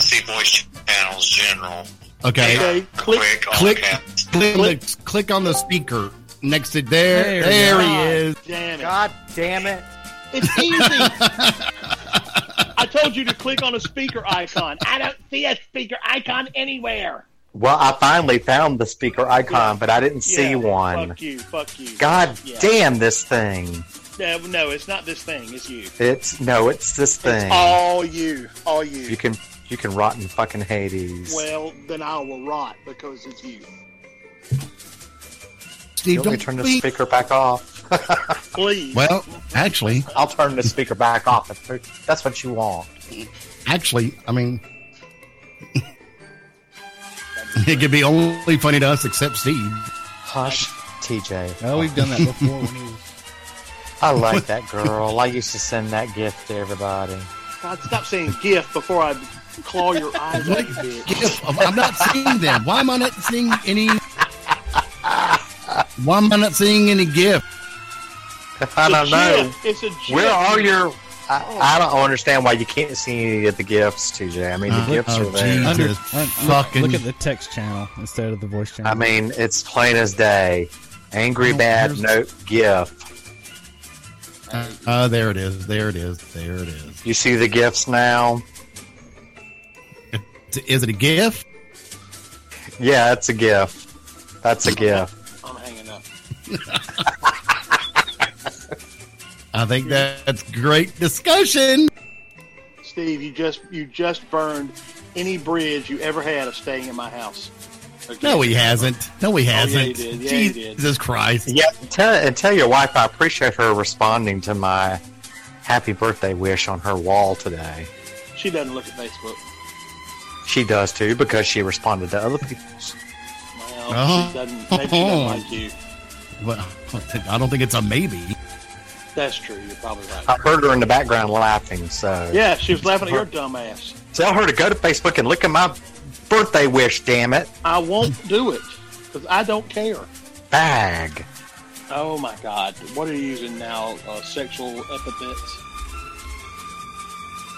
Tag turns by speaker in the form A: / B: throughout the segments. A: see voice channels general.
B: Okay.
A: Yeah,
C: click-
A: all
B: Click,
A: caps.
B: click, on the, click on the speaker next to there. There, he is.
C: Damn it.
D: God damn it.
C: It's easy. I told you to click on a speaker icon. I don't see a speaker icon anywhere.
D: Well, I finally found the speaker icon, but I didn't see
C: Yeah,
D: one.
C: Fuck you. Fuck you.
D: God
C: Yeah.
D: damn this thing.
C: No, no, it's not this thing. It's you.
D: It's no, it's this thing.
C: It's all you. All you.
D: you can you can rot in fucking Hades.
C: well, then I will rot because it's you.
B: Steve,
D: Let me
B: don't
D: turn the
B: speak.
D: speaker back off.
C: Please.
B: Well, actually,
D: I'll turn the speaker back off. If that's what you want.
B: actually, I mean, it could be only funny to us except Steve.
D: Hush, TJ.
E: Oh, we've done that before. when he was...
D: I like that girl. I used to send that gift to everybody.
C: God, stop saying gift before I claw your eyes out, you bitch.
B: Yes, I'm I'm not seeing them. Why am I not seeing any? Why am I not seeing any gift?
D: I
C: It's a
D: don't know.
C: GIF. It's a GIF.
D: Where are your? I, I don't understand why you can't see any of the gifts, TJ. I mean, the
B: Uh,
D: gifts
B: oh,
D: are there.
B: geez.
E: Under,
B: Jesus
E: un- look-
B: fucking-
E: look at the text channel instead of the voice channel.
D: I mean, it's plain as day.
B: Oh,
D: Angry bad
B: here's-
D: note gif.
B: Uh, there it is. There it is. There it is.
D: You see the gifts now?
B: Is it a gift?
D: Yeah, it's a gif. That's a gif.
C: I'm hanging up.
B: I think that's great discussion.
C: Steve, you just you just burned any bridge you ever had of staying in my house. Okay.
B: No, he hasn't. No, he
C: Oh, yeah, he
B: hasn't.
C: did. Yeah, he did.
B: Jesus Christ.
D: Yeah, tell, and tell your wife I appreciate her responding to my happy birthday wish on her wall today.
C: she doesn't look at Facebook.
D: She does too because she responded to other people's.
C: Well,
B: Oh.
C: she doesn't. Maybe she doesn't like you.
B: Well, I don't think it's a maybe.
C: That's true. You're probably right.
D: I heard her in the background laughing, so
C: yeah, she was laughing at your dumb ass.
D: tell her to go to Facebook and look at my birthday wish. Damn it,
C: I won't do it because I don't care.
D: bag.
C: Oh my God, what are you using now? Uh, sexual epithets?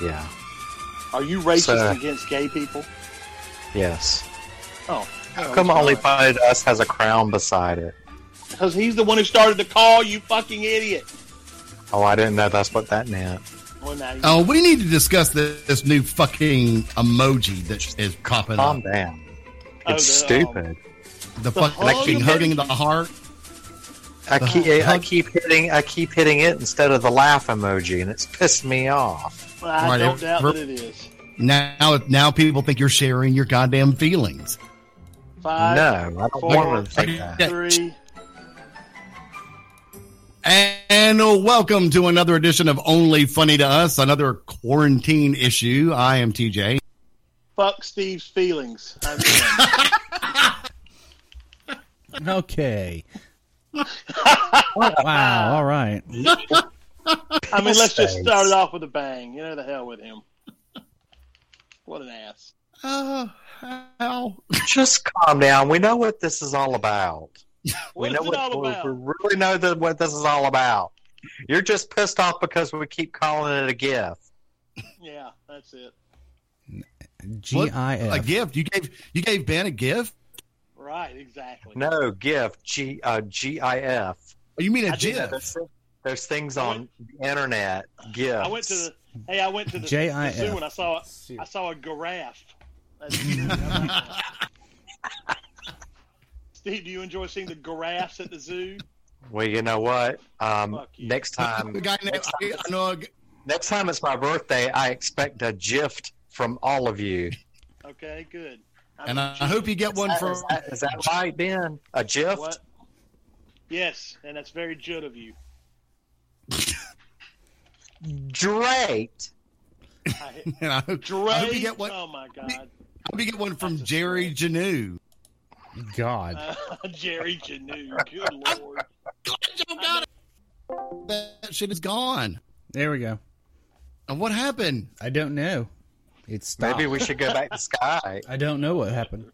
D: Yeah.
C: Are you racist
D: Sir.
C: against gay people?
D: Yes.
C: Oh, oh,
D: Come
C: it's
D: only
C: fine.
D: find us has a crown beside it.
C: because he's the one who started the call. You fucking idiot.
D: Oh, I didn't know that's what that meant.
C: Well, now you-
B: Oh, we need to discuss this, this new fucking emoji that is popping
C: Um,
D: Calm
B: up.
D: down.
C: Oh,
D: It's
C: the, um,
D: stupid.
B: The, fuck,
C: hug
B: like she's
C: emoji?
B: hugging the heart.
D: I
B: the
D: keep I
B: hug-
D: keep hitting I keep hitting it instead of the laugh emoji, and it's pissed me off.
C: I
B: Right,
C: don't
B: it-
C: doubt
B: ver-
C: that it is.
B: Now, now people think you're sharing your goddamn feelings.
C: Five,
D: no, I don't
C: four,
D: want to think that.
C: three.
B: And welcome to another edition of Only Funny to Us, another quarantine issue. I am TJ.
C: Fuck Steve's feelings. I mean,
E: okay. wow. All right.
C: I mean, let's just
D: Thanks.
C: start it off with a bang. You know, the hell with him. What an ass.
B: Oh, how?
D: Just calm down. We know what this is all about.
C: What
D: we
C: is
D: know
C: it
D: what
C: all
D: we-
C: about?
D: we really know that what this is all about. You're just pissed off because we keep calling it a gift.
C: Yeah, that's it.
E: G I
B: A
E: F.
B: gift. You gave you gave Ben a gift?
C: Right, exactly.
D: No, gift. G uh, GIF.
B: Oh, You mean a
C: I did have
B: GIF?
D: There's things
C: I
D: on the internet. Gifts.
C: I went to the hey, I went to the, the
E: J.I.F..
C: zoo and I saw I saw a giraffe. That's cute. I like that. Steve, do you enjoy seeing the giraffes at the zoo?
D: Well, you know what? Um,
C: Fuck you.
B: The
D: next time,
B: guy named,
D: next,
B: I,
D: time
B: I know a g-
D: next time it's my birthday, I expect a gift from all of you.
C: Okay, good. I'm
B: and I, I
C: cheating.
B: hope you get one
D: Is that-
B: from
D: is that- is that right, Ben? A gift?
C: What? Yes, and that's very good of you.
D: Great.
C: I,
B: and I hope, I hope
C: Dre,
B: you get one I
C: oh my God,
B: hope you get one from Jerry Janu.
E: God.
C: uh, Jerry Janu, good lord.
B: That shit is gone.
E: There we go.
B: And what happened?
E: I don't know. It stopped.
D: Maybe we should go back to Sky.
E: I don't know what happened.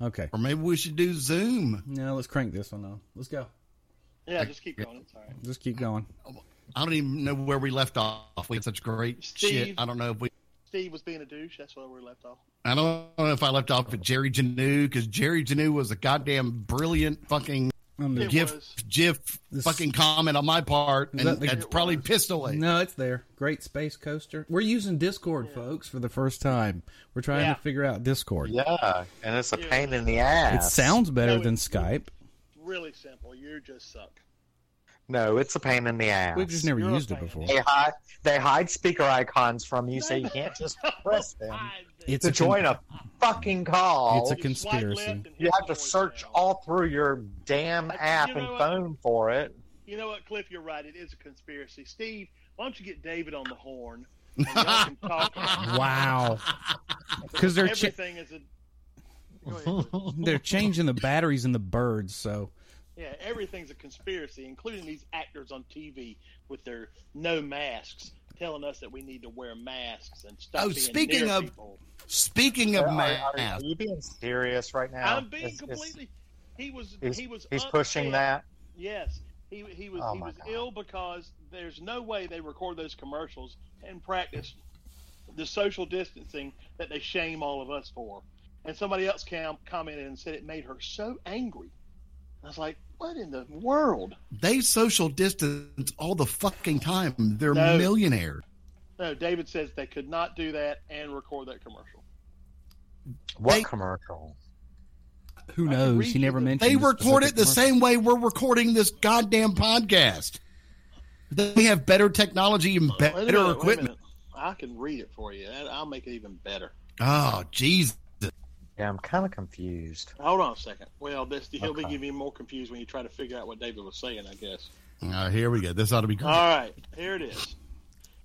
E: Okay.
B: Or maybe we should do Zoom.
E: Now let's crank this one though. Let's go.
C: Yeah, just keep going. It's all right.
E: Just keep going.
B: I don't even know where we left off. We had such great
C: Steve.
B: shit. I don't know if we
C: Steve was being a douche. That's where we left off.
B: I don't know if I left off at Jerry Janu because Jerry Janu was a goddamn brilliant fucking
E: I'm the-
C: It
B: gif
C: was.
B: gif
E: This-
B: fucking comment on my part, and
E: that the-
B: that's
E: It
B: probably pissed away.
E: no, it's there. Great space coaster. We're using Discord, folks, for the first time. We're trying
C: Yeah.
E: to figure out Discord.
D: Yeah, and it's a
C: Yeah.
D: pain in the
E: It
D: ass.
E: sounds better
C: No, it-
E: than Skype.
C: Really simple. You just suck.
D: No, it's a pain in the ass.
E: We've just never
C: You're a
E: used it
C: fan.
E: before.
D: They hide. They hide speaker icons from you, so you can't just press them
C: I-
E: It's
D: to
E: a con-
D: join a fucking call.
E: It's a
C: you swipe left
E: conspiracy.
C: and hit
D: you have to
C: voicemail.
D: search all through your damn
C: I- you
D: app
C: know
D: and
C: what?
D: phone for it.
C: You know what, Cliff? You're right. It is a conspiracy. Steve, why don't you get David on the horn? And y'all can talk.
E: Wow. Because they're cha-
C: Everything is a. Go ahead, Cliff.
E: they're changing the batteries in the birds, so
C: Yeah, everything's a conspiracy, including these actors on TV with their no masks, telling us that we need to wear masks and stop
B: Oh,
C: being
B: speaking
C: near
B: of-
C: people.
B: Speaking of
D: Are- are, are
B: masks,
D: you being serious right now?
C: I'm being
D: Is- is-
C: completely. he was.
D: He's,
C: he was.
D: he's pushing
C: upset.
D: that.
C: Yes, he he was
D: Oh,
C: he
D: my
C: was
D: God.
C: ill because there's no way they record those commercials and practice the social distancing that they shame all of us for. And somebody else cam- commented and said it made her so angry. I was like, what in the world?
B: they social distance all the fucking time. They're
C: No.
B: millionaires.
C: No, David says they could not do that and record that commercial.
D: What
B: They-
D: commercial?
E: who knows? He
C: read
E: never
C: you the-
E: mentioned.
B: They
E: the
B: record it
E: specific
B: the
E: market.
B: same way we're recording this goddamn podcast. They have better technology and
C: Wait a minute, wait
B: better
C: a
B: equipment.
C: minute. I can read it for you. That- I'll make it even better.
B: Oh, jeez.
D: Yeah, I'm kind of confused.
C: Hold on a second. Well, this he'll be
D: Okay.
C: giving you more confused when you try to figure out what David was saying, I guess.
B: Uh, here we go. This ought to be good.
C: All right, here it is.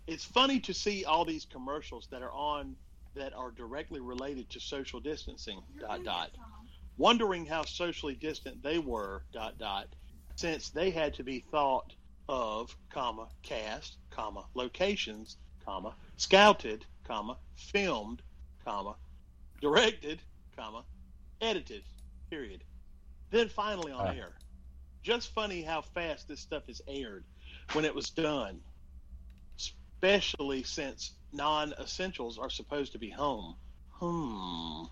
C: It's funny to see all these commercials that are on that are directly related to social distancing. Dot dot. Wondering how socially distant they were. Dot dot. Since they had to be thought of, comma cast, comma locations, comma scouted, comma filmed, comma directed, comma edited. Period. Then finally on
D: Uh.
C: air. Just funny how fast this stuff is aired when it was done, especially since non essentials are supposed to be home. Hmm.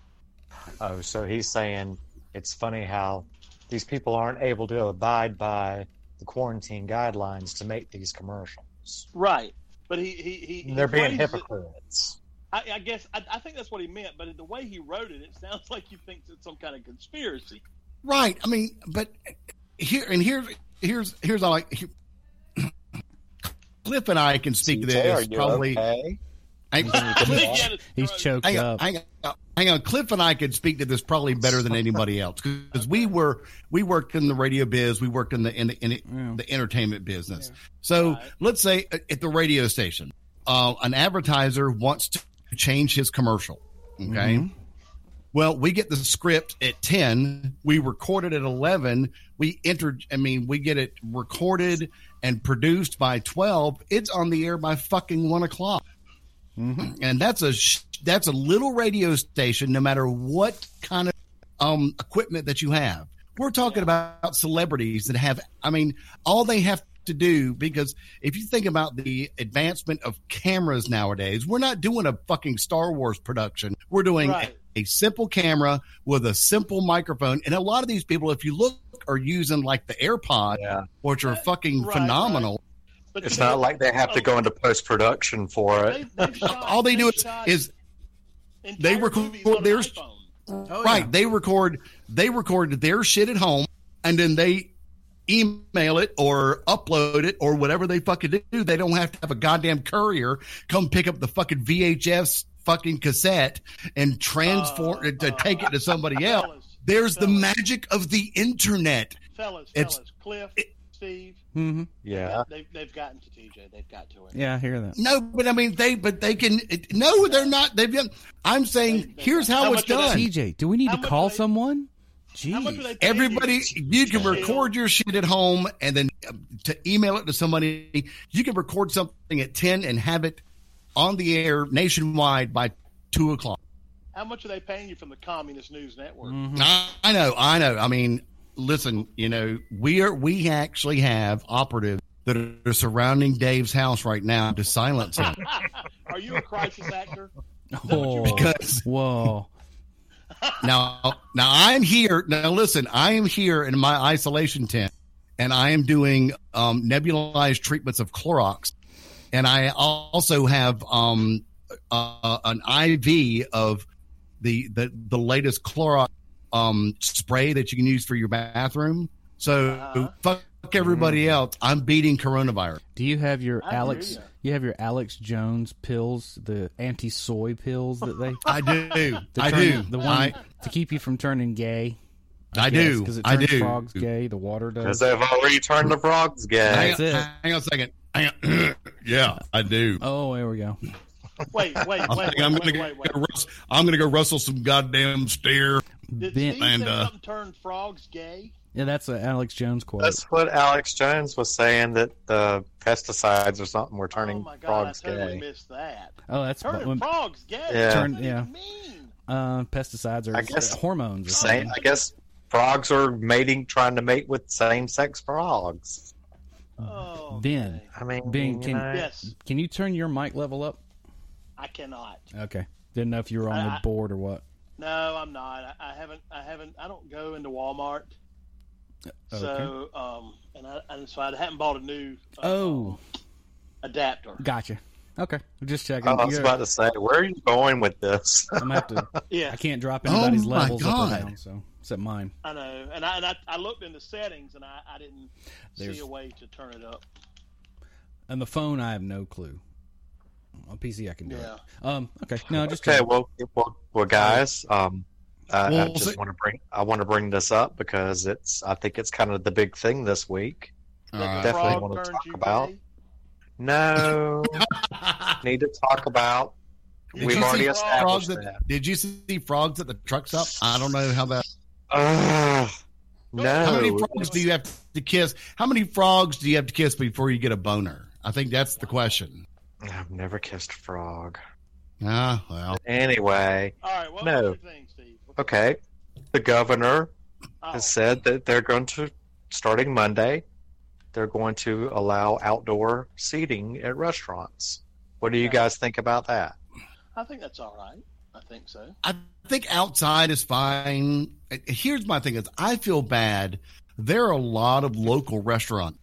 D: Oh, so he's saying it's funny how these people aren't able to abide by the quarantine guidelines to make these commercials.
C: Right. But he, he, he, he
D: They're being
C: phrases it-
D: hypocrites.
C: I, I guess, I, I think that's what he meant, but the way he wrote it, it sounds like he thinks it's some kind of conspiracy.
B: Right. I mean, but here and here, here's here's all I. Here, Cliff and I can speak to
D: CJ, are
B: this
D: you
B: probably.
D: okay?
B: Hang, Cliff-
C: Yeah, it's
E: He's
C: gross.
E: choked
B: hang on,
E: up.
B: hang on, hang on. Cliff and I could speak to this probably better than anybody else because we were we worked in the radio biz, we worked in the in the, in the,
E: Yeah.
B: the entertainment business. So
C: Right.
B: let's say uh, at at the radio station, uh, an advertiser wants to change his commercial. Okay. Well, we get the script at 10. We record it at 11. We entered, I mean, we get it recorded and produced by 12. It's on the air by fucking one o'clock. And that's a, sh- that's a little radio station, no matter what kind of um, equipment that you have. We're talking about celebrities that have, I mean, all they have to do, because if you think about the advancement of cameras nowadays, we're not doing a fucking Star Wars production. We're doing
C: Right.
B: a, a simple camera with a simple microphone. And a lot of these people, if you look, are using like the AirPod,
D: Yeah.
B: which are fucking
C: Right,
B: phenomenal.
C: But
D: It's
C: you know
D: not like they have to
C: Oh.
D: go into post production for
C: what?
D: it.
C: They- they've shot-
B: All they do
C: they've
B: is,
C: shot
B: is
C: entire
B: they record
C: movies on an
B: theirs-
C: iPhone.
E: Oh,
B: right.
E: yeah.
B: They record they record their shit at home, and then they email it or upload it or whatever they fucking do. They don't have to have a goddamn courier come pick up the fucking VHS fucking cassette and transform
C: Uh,
B: it to
C: uh,
B: take it to somebody else.
C: Fellas,
B: There's the
C: fellas,
B: magic of the internet.
C: Fellas,
B: it's-
C: fellas, Cliff, Steve,
E: hmm
D: Yeah.
C: they've, they've gotten to TJ. They've got to him.
E: Yeah, I hear that.
B: No, but I mean they, but they can. it- No, they're not. They've. done- I'm saying here's how,
C: How
B: it's
C: much of that-
B: done.
E: TJ, do we need
C: How
E: to
C: much
E: call
C: do they-
E: someone?
C: How much
E: Jeez.
C: are they paying you?
B: Everybody, you can
C: Yeah.
B: record your shit at home and then uh, to email it to somebody. You can record something at 10 and have it on the air nationwide by 2 o'clock.
C: How much are they paying you from the Communist News Network?
B: I, I know, I know. I mean, listen, you know, we are, we actually have operatives that are surrounding Dave's house right now to silence him.
C: are you a crisis actor?
E: Oh,
B: Because-
E: whoa.
B: now now i'm here now listen i am here in my isolation tent and i am doing um, nebulized treatments of clorox and i also have um, uh, an iv of the, the the latest clorox um, spray that you can use for your bathroom so
C: Uh-huh.
B: fuck
E: Mm.
B: everybody else i'm beating coronavirus
E: Do you have your
C: I hear
E: Alex?
C: ya.
E: You have your Alex Jones pills, the anti-soy pills that they.
B: i do
E: the
B: i
E: turn-
B: do
E: the one
B: i,
E: to keep you from turning gay.
B: I do
E: because it
B: i
E: turns
B: do
E: frogs gay. The water
D: Because
E: does.
D: they've already turned the frogs
B: hang,
D: gay.
E: That's
B: on,
E: it.
B: hang on a second hang on. yeah i do
E: Oh, there we go.
C: Wait, wait, wait,
B: I
C: wait,
B: think I'm
C: wait,
B: gonna go,
C: wait, wait.
B: rus- I'm gonna go rustle some goddamn steer.
C: Did
E: Ben-
C: Steve
B: and,
C: say
B: uh,
C: something turned frogs gay?
E: yeah, that's an Alex Jones quote.
D: That's what Alex Jones was saying that the pesticides or something were turning
C: oh my god,
D: frogs
C: I totally
D: gay.
C: missed that.
E: oh, that's
C: Turning
E: when
C: frogs gay.
D: Yeah.
E: Turn-
C: what does
E: yeah.
C: it mean?
E: uh, pesticides are
D: I guess-
E: hormones. Or
D: Same,
E: something.
D: I guess frogs are mating, trying to mate with same-sex frogs.
B: Mm.
C: Oh,
E: Ben.
C: okay.
D: I mean,
E: Bing,
D: you
E: can-
D: know,
C: Yes,
E: Can you turn your mic level up?
C: I cannot.
E: Okay. Didn't know if you were on
C: I-
E: the
C: I-
E: board or what.
C: No, I'm not. I, I haven't. I haven't. I don't go into Walmart.
B: Uh,
C: So, um, and I and so I haven't bought a new uh,
E: Oh,
C: adapter.
E: gotcha. Okay, just checking.
D: Oh, I was
E: You're-
D: about to say, where are you going with this?
E: I'm gonna have to.
C: Yeah,
E: I can't drop
B: Oh
E: anybody's
B: my
E: levels up or
B: God.
E: down, so except mine.
C: I know. And I and I, I looked in the settings and I, I didn't
E: There's-
C: see a way to turn it up.
E: And the phone, I have no clue. On PC, I can do
C: Yeah.
E: it. Um. Okay. No, just
D: okay.
E: checking.
D: Well, well, well, guys. Um, I, I
B: Well,
D: just
B: so-
D: want to bring I want to bring this up because it's I think it's kind of the big thing this week.
B: Uh,
C: That the
D: Definitely
C: frog
D: wanna
C: turns
D: talk
C: you
D: about-
C: gay?
D: No, need to talk about.
B: Did
D: We've
B: you see
D: already
C: frogs
D: established
B: that-
D: that.
B: Did you see frogs at the truck stop? I don't know how that.
D: Ugh,
B: How many
D: no,
B: frogs do you have to kiss? How many frogs do you have to kiss before you get a boner? I think that's the question.
D: I've never kissed a frog.
B: Ah, well,
D: Anyway,
C: All right. What
D: No. Uh,
C: was your thing, Steve?
D: okay. The governor
C: Oh,
D: has said that they're going to, starting Monday, they're going to allow outdoor seating at restaurants. What do you
C: Okay.
D: guys think about that?
C: I think that's all right. I think so.
B: I think outside is fine. Here's my thing: is I feel bad. There are a lot of local restaurants,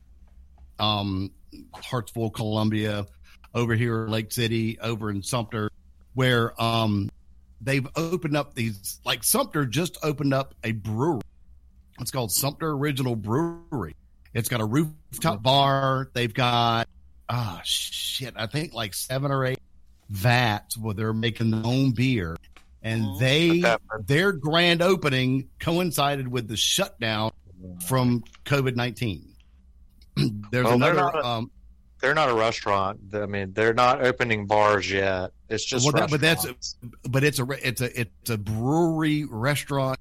B: um, Hartsville, Columbia, over here in Lake City, over in Sumter, where um they've opened up these like Sumter just opened up a brewery. It's called Sumter Original Brewery. It's got a rooftop bar. They've got ah shit, I think like seven or eight vats where they're making their own beer. And they
D: Okay.
B: their grand opening coincided with the shutdown from COVID nineteen. There's
D: Well, they're
B: another
D: not a-
B: um
D: They're not a restaurant. I mean, they're not opening bars yet. It's just
B: Well, that- but that's-
D: restaurants.
B: but it's a re- it's a it's a brewery restaurant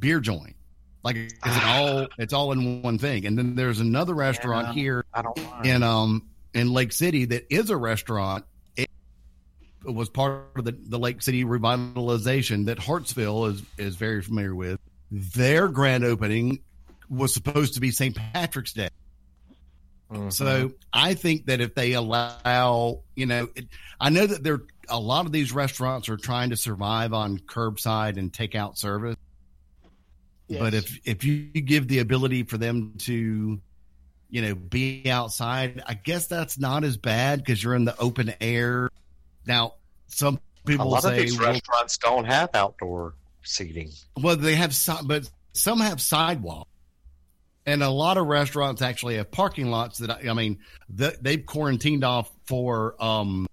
B: beer joint like it's an all it's all in one thing and then there's another restaurant
D: Yeah.
B: here
D: I don't mind.
B: in um in lake city that is a restaurant it was part of the, the lake city revitalization that hartsville is is very familiar with their grand opening was supposed to be st patrick's day
D: Mhm.
B: so I think that if they allow, you know, it, I know that there a lot of these restaurants are trying to survive on curbside and takeout service.
C: Yes.
B: But if if you give the ability for them to, you know, be outside, I guess that's not as bad because you're in the open air. Now, some
D: a
B: people
D: lot of
B: say,
D: these
B: well,
D: restaurants don't have outdoor seating.
B: well, they have, si- but some have sidewalk, and a lot of restaurants actually have parking lots. That I, I mean, the, they've quarantined off for um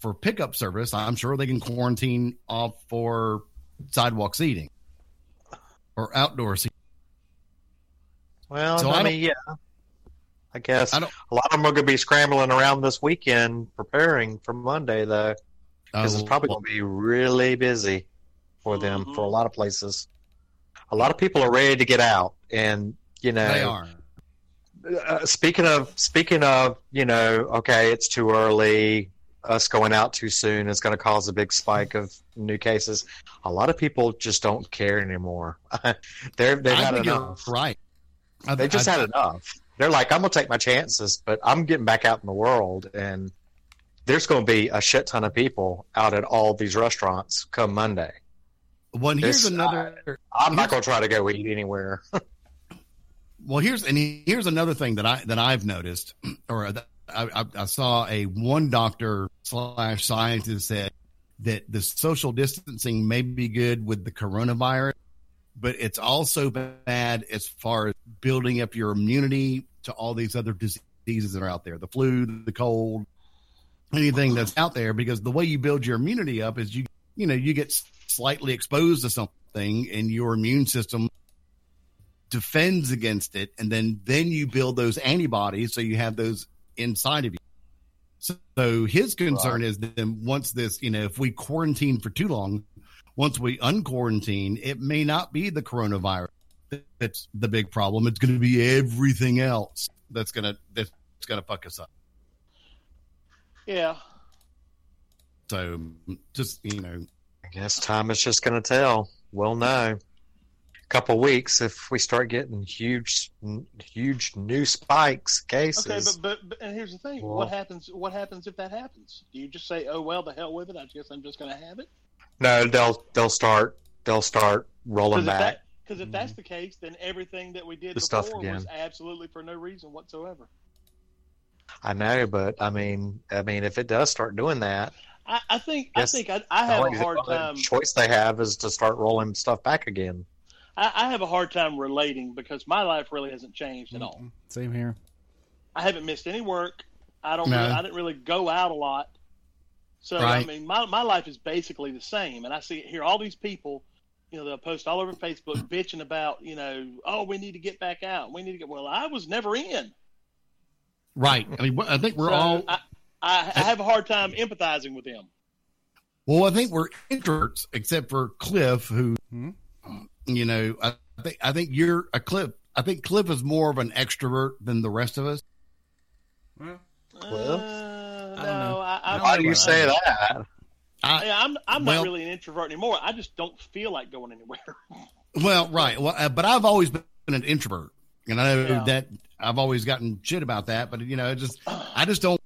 B: for pickup service. I'm sure they can quarantine off for sidewalk seating or outdoor seating.
D: Well,
B: So I
D: I
B: don't-
D: mean, yeah, I guess
B: I don't-
D: a lot of them are going to be scrambling around this weekend preparing for Monday, though, because
B: Uh,
D: it's probably going to be really busy for them for a lot of places. A lot of people are ready to get out, and you know,
B: they are.
D: uh, speaking of speaking of you know okay it's too early us going out too soon is going to cause a big spike of new cases a lot of people just don't care anymore they're they've
B: I
D: had
B: think you're
D: enough
B: right. I-
D: they just
B: I-
D: had enough they're like i'm going to take my chances but i'm getting back out in the world and there's going to be a shit ton of people out at all these restaurants come Monday.
B: Well, and here's
D: This-
B: another.
D: I'm not going to try to go eat anywhere.
B: Well, here's and here's another thing that I that I've noticed, or that I, I, I saw a one doctor slash scientist said that the social distancing may be good with the coronavirus, but it's also bad as far as building up your immunity to all these other diseases that are out there, the flu, the cold, anything that's out there. Because the way you build your immunity up is you you know you get slightly exposed to something and your immune system defends against it and then then you build those antibodies so you have those inside of you so, so his concern is then once this you know if we quarantine for too long once we unquarantine it may not be the coronavirus that's the big problem it's going to be everything else that's going to that's going to fuck us up
C: Yeah.
B: so just you know
D: I guess time is just going to tell. We'll know. couple weeks if we start getting huge, huge new spikes
C: Okay,
D: cases.
C: but, but but and here's the thing:
D: Well-
C: what happens? What happens if that happens? Do you just say, "Oh well, the hell with it. I guess I'm just going to have it."
D: No, they'll they'll start they'll start rolling
C: Because if,
D: back.
C: that, 'cause if that's the case, then everything that we did
D: The
C: before
D: stuff again.
C: was absolutely for no reason whatsoever.
D: I know, but I mean, I mean, if it does start doing that,
C: I, I think
D: Yes.
C: I think I, I have
D: the only-
C: a hard
D: the only
C: time.
D: choice they have is to start rolling stuff back again.
C: I, I have a hard time relating because my life really hasn't changed
B: Mm-hmm.
C: at all.
E: Same here.
C: I haven't missed any work. I don't.
B: No.
C: Really, I didn't really go out a lot. So I
B: Right.
C: mean, my my life is basically the same, and I see hear all these people, you know, they'll post all over Facebook bitching about, you know, oh, we need to get back out. We need to get. Well, I was never in.
B: right i mean i think we're
C: So
B: all
C: I, I, I have a hard time empathizing with them.
B: Well, I think we're introverts, except for Cliff, who, uh,
E: Hmm.
B: you know, I think I think you're a Cliff. I think Cliff is more of an extrovert than the rest of us.
E: Well,
D: Well,
C: uh,
E: I don't
C: no,
E: know.
C: I, I'm
D: Why
C: not
D: do you
C: really-
D: say that?
B: I
C: Yeah, I'm I'm
B: Well-
C: not really an introvert anymore. I just don't feel like going anywhere.
B: well, right. Well, uh, but I've always been an introvert, and I know
C: Yeah.
B: that I've always gotten shit about that. But you know, it just I just don't.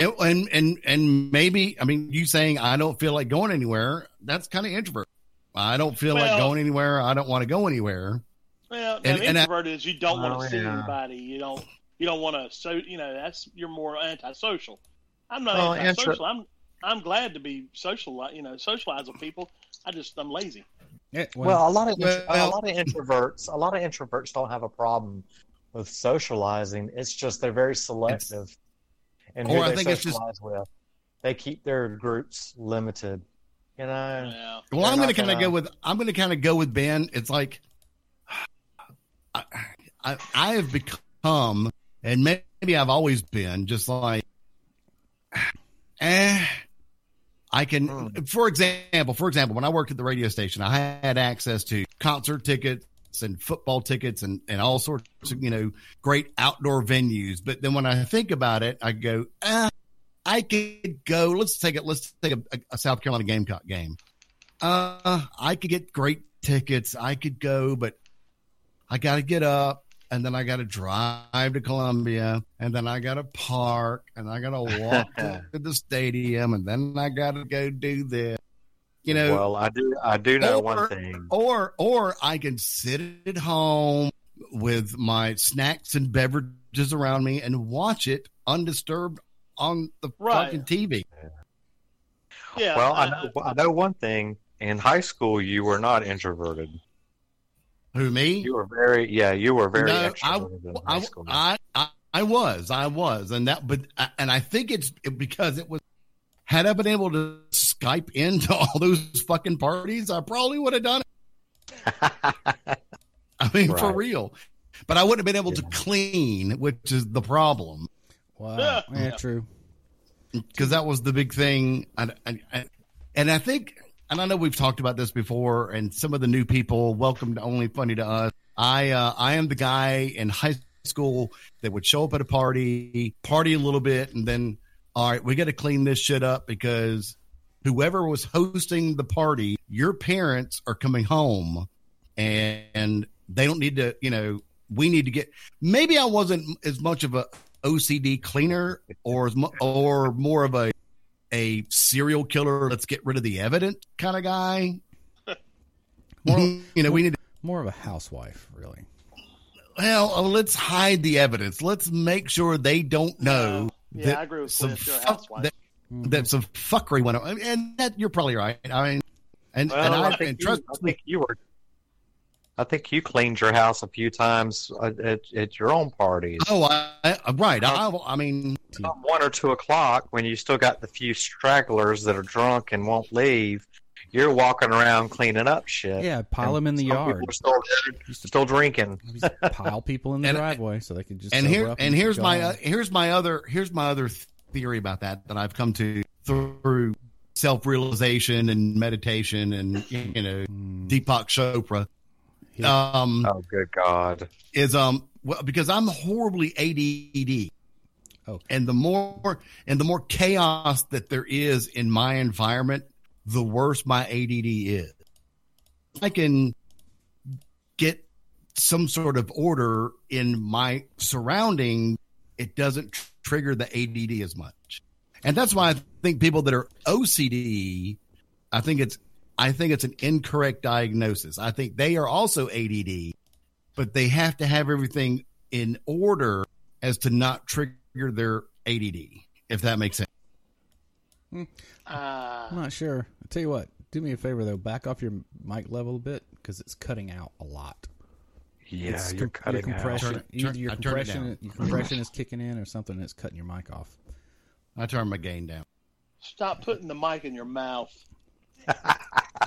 B: and- And and and maybe I mean you saying I don't feel like going anywhere. That's kind of introvert. I don't feel like
C: Well-
B: going anywhere. I don't want to go anywhere.
C: Well,
B: And-
C: no,
B: and I-
C: introvert is you don't
D: Oh,
C: want to see
D: yeah.
C: anybody. You don't you don't want to so you know that's you're more antisocial. I'm not
D: Well,
C: antisocial.
D: intro-
C: I'm I'm glad to be social. You know, socialize with people. I just I'm lazy.
E: yeah,
D: Well,
E: well,
D: a lot of intro-
B: well-
D: a lot of introverts, a lot of introverts don't have a problem with socializing. It's just they're very selective, and who
B: Or I
D: they
B: think it's just-
D: socialize with. They keep their groups limited. You know,
C: Yeah.
B: Well,
D: They're
B: I'm going to
D: not
B: kind of
D: gonna-
B: go with I'm going to kind of go with Ben. It's like I, I I have become, and maybe I've always been just like, eh. I can,
D: Hmm.
B: for example, for example, when I worked at the radio station, I had access to concert tickets and football tickets and and all sorts of you know great outdoor venues. But then when I think about it, I go, ah, I could go. Let's take it. Let's take a, a, a South Carolina Gamecock game. Uh, I could get great tickets. I could go, but I got to get up and then I got to drive to Columbia and then I got to park and I got to walk to the stadium and then I got to go do this. You know, Oh,
D: Well, I do. I do know
B: or-
D: one thing.
B: or or I can sit at home with my snacks and beverages around me and watch it undisturbed on the
C: Right.
B: fucking TV.
C: Yeah.
D: Well,
B: uh,
D: I know. I know one thing. In high school, you were not introverted.
B: Who me?
D: You were very, yeah, you were very
B: No, I-
D: extroverted in high
B: I,
D: school.
B: I, I, I was, I was, and that, but, uh, and I think it's because it was, had I been able to Skype into all those fucking parties, I probably would have done it. I mean, for
D: Right.
B: real. But I wouldn't have been able to clean, which is the problem,
E: wow. yeah, true.
B: because that was the big thing. And, and, and- and I think, and I know we've talked about this before, and some of the new people, welcome to Only Funny to Us. I, uh, I am the guy in high school that would show up at a party, party a little bit, and then, all right, we got to clean this shit up because whoever was hosting the party, your parents are coming home and they don't need to, you know, we need to get, maybe I wasn't as much of a OCD cleaner or as mu- or more of a a serial killer, let's get rid of the evidence kind of guy.
E: More,
B: You know, we need to,
E: more of a housewife, really.
B: well, oh, let's hide the evidence. Let's make sure they don't know
C: uh, Yeah,
B: that
C: I agree with
B: some
C: Cliff. You're a
B: fuck-
C: housewife.
B: that-
E: Mhm.
B: that some fuckery went on. And that you're probably right. I mean, and, and
D: Well,
B: I,
D: I, think
B: and
D: you,
B: trust
D: I
B: me,
D: think you were. I think you cleaned your house a few times at, at, at your own parties.
B: oh, I, I, right. I, I mean,
E: Mm-hmm.
D: About one or two o'clock, when you still got the few stragglers that are drunk and won't leave, you're walking around cleaning up shit.
E: Yeah, pile them in
D: Some
E: the
D: people
E: yard.
D: are still,
E: Used to
D: still drinking.
E: used to pile people in the
B: And-
E: driveway so they could just
B: and
E: sober
B: here
E: up
B: and here's
E: go
B: my
E: on.
B: uh, here's my other here's my other theory about that that I've come to through self realization and meditation and you know
E: Mm,
B: Deepak Chopra.
E: Yeah.
B: Um,
D: Oh, good God.
B: is um well, because I'm horribly ADD.
E: Oh.
B: And the more and the more chaos that there is in my environment, the worse my ADD is. I can get some sort of order in my surrounding, it doesn't tr- trigger the ADD as much. And that's why I think people that are OCD, I think it's I think it's an incorrect diagnosis. I think they are also ADD, but they have to have everything in order as to not trigger their ADD, if that makes sense.
E: I'm
C: Uh,
E: not sure. I tell you what, do me a favor though, back off your mic level a bit because it's cutting out a lot.
D: Yeah,
E: It's
D: you're
E: com-
D: cutting
E: your compression.
B: Turn it-
E: either
B: turn-
E: your
B: I turned it
E: compression,
B: down.
E: your compression is kicking in or something. and It's cutting your mic off.
B: I turn my gain down.
C: stop putting the mic in your mouth.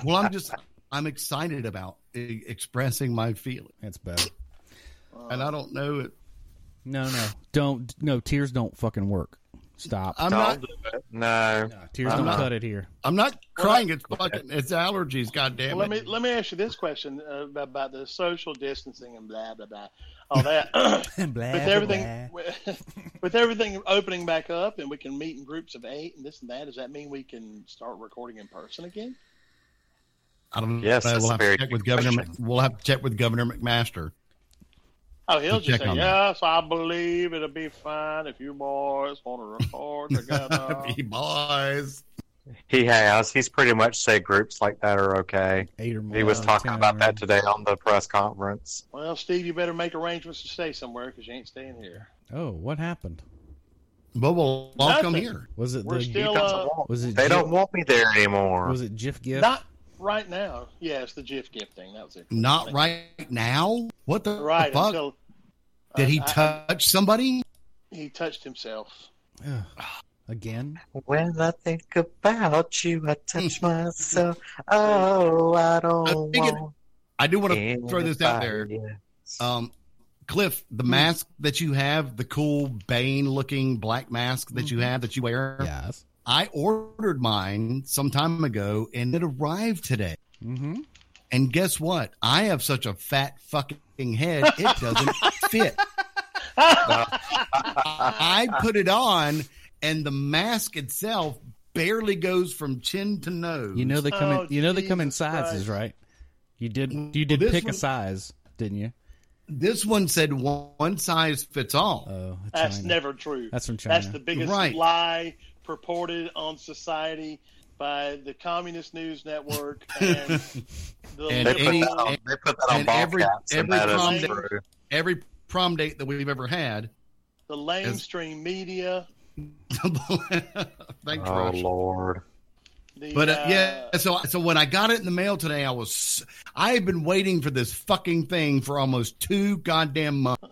B: Well, I'm just, I'm excited about e- expressing my feelings,
E: That's better.
B: and I don't know. It,
E: No, no, don't. No, tears don't fucking work. Stop.
B: I'm
D: Don't
B: not,
D: do it. No.
E: No, tears
B: I'm
E: don't
D: Uh-huh.
B: not-
E: cut it here.
B: I'm not crying. It's fucking, it's allergies. God
C: Well,
B: damn
C: let
B: it.
C: me let me ask you this question uh, about the social distancing and blah blah blah, all that. with everything with, with everything opening back up and we can meet in groups of eight and this and that does that mean we can start recording in person again
B: I don't
D: Yes,
B: know.
D: that's
B: We'll
D: a
B: have to
D: very
B: check
D: good
B: with Governor.
D: question.
B: Mc- We'll have to check with Governor McMaster.
C: oh he'll
B: We'll
C: just
B: check
C: say
B: on
C: yes i believe it'll be fine if you boys want to record together
B: Hey, boys.
D: He has. He's pretty much said groups like that are okay.
E: Eight or more.
D: He was talking
E: ten
D: about
E: or-
D: that today on the press conference.
C: well steve you better make arrangements to stay somewhere because you ain't staying here
E: Oh, what happened?
B: But we'll all come
C: Nothing.
B: here.
E: Was it
C: We're
E: the?
D: He
C: still-
D: doesn't
C: uh,
D: want-
E: was it
D: they
E: Jim-
D: don't want me there anymore.
E: Was it GIF GIF?
C: not right now yeah it's the gif gifting that was it
B: Not right now. What the
C: right
B: fuck?
C: until
B: Did he
C: I- I-
B: touch somebody?
C: he touched himself
E: Ugh. Again?
D: When I think about you, I touch myself. Oh, I don't
B: I think it-
D: want.
B: I do want to throw this out there.
D: anybody else.
B: Um, Cliff, the
E: Mm-hmm.
B: mask that you have, the cool Bane looking black mask that
E: Mm-hmm.
B: you have that you wear,
E: Yes.
B: I ordered mine some time ago and it arrived today.
E: Mm-hmm.
B: And guess what? I have such a fat fucking head, it doesn't fit. I put it on and the mask itself barely goes from chin to nose.
E: You know they come in.
C: Oh,
E: you know they come in
C: Jesus
E: sizes,
C: Christ.
E: right? You did. You
B: Well,
E: did
B: this
E: pick a
B: one-
E: size, didn't you?
B: this one said one, one size fits all.
E: Oh,
C: that's
E: China.
C: never true
E: That's from China.
C: That's the biggest
B: Right.
C: lie purported on society by the Communist News Network and the
B: And
D: They
C: liberal.
D: put,
B: any-
D: that on, they put that on
B: and
D: ball
B: every-
D: caps, and
B: every
D: that is
B: Tom-
D: true.
B: Every prom date that we've ever had.
C: the mainstream media.
B: Thanks,
D: Oh,
B: Rush.
D: Lord.
C: The,
B: But uh, yeah, so so when I got it in the mail today, I was I had been waiting for this fucking thing for almost two goddamn months,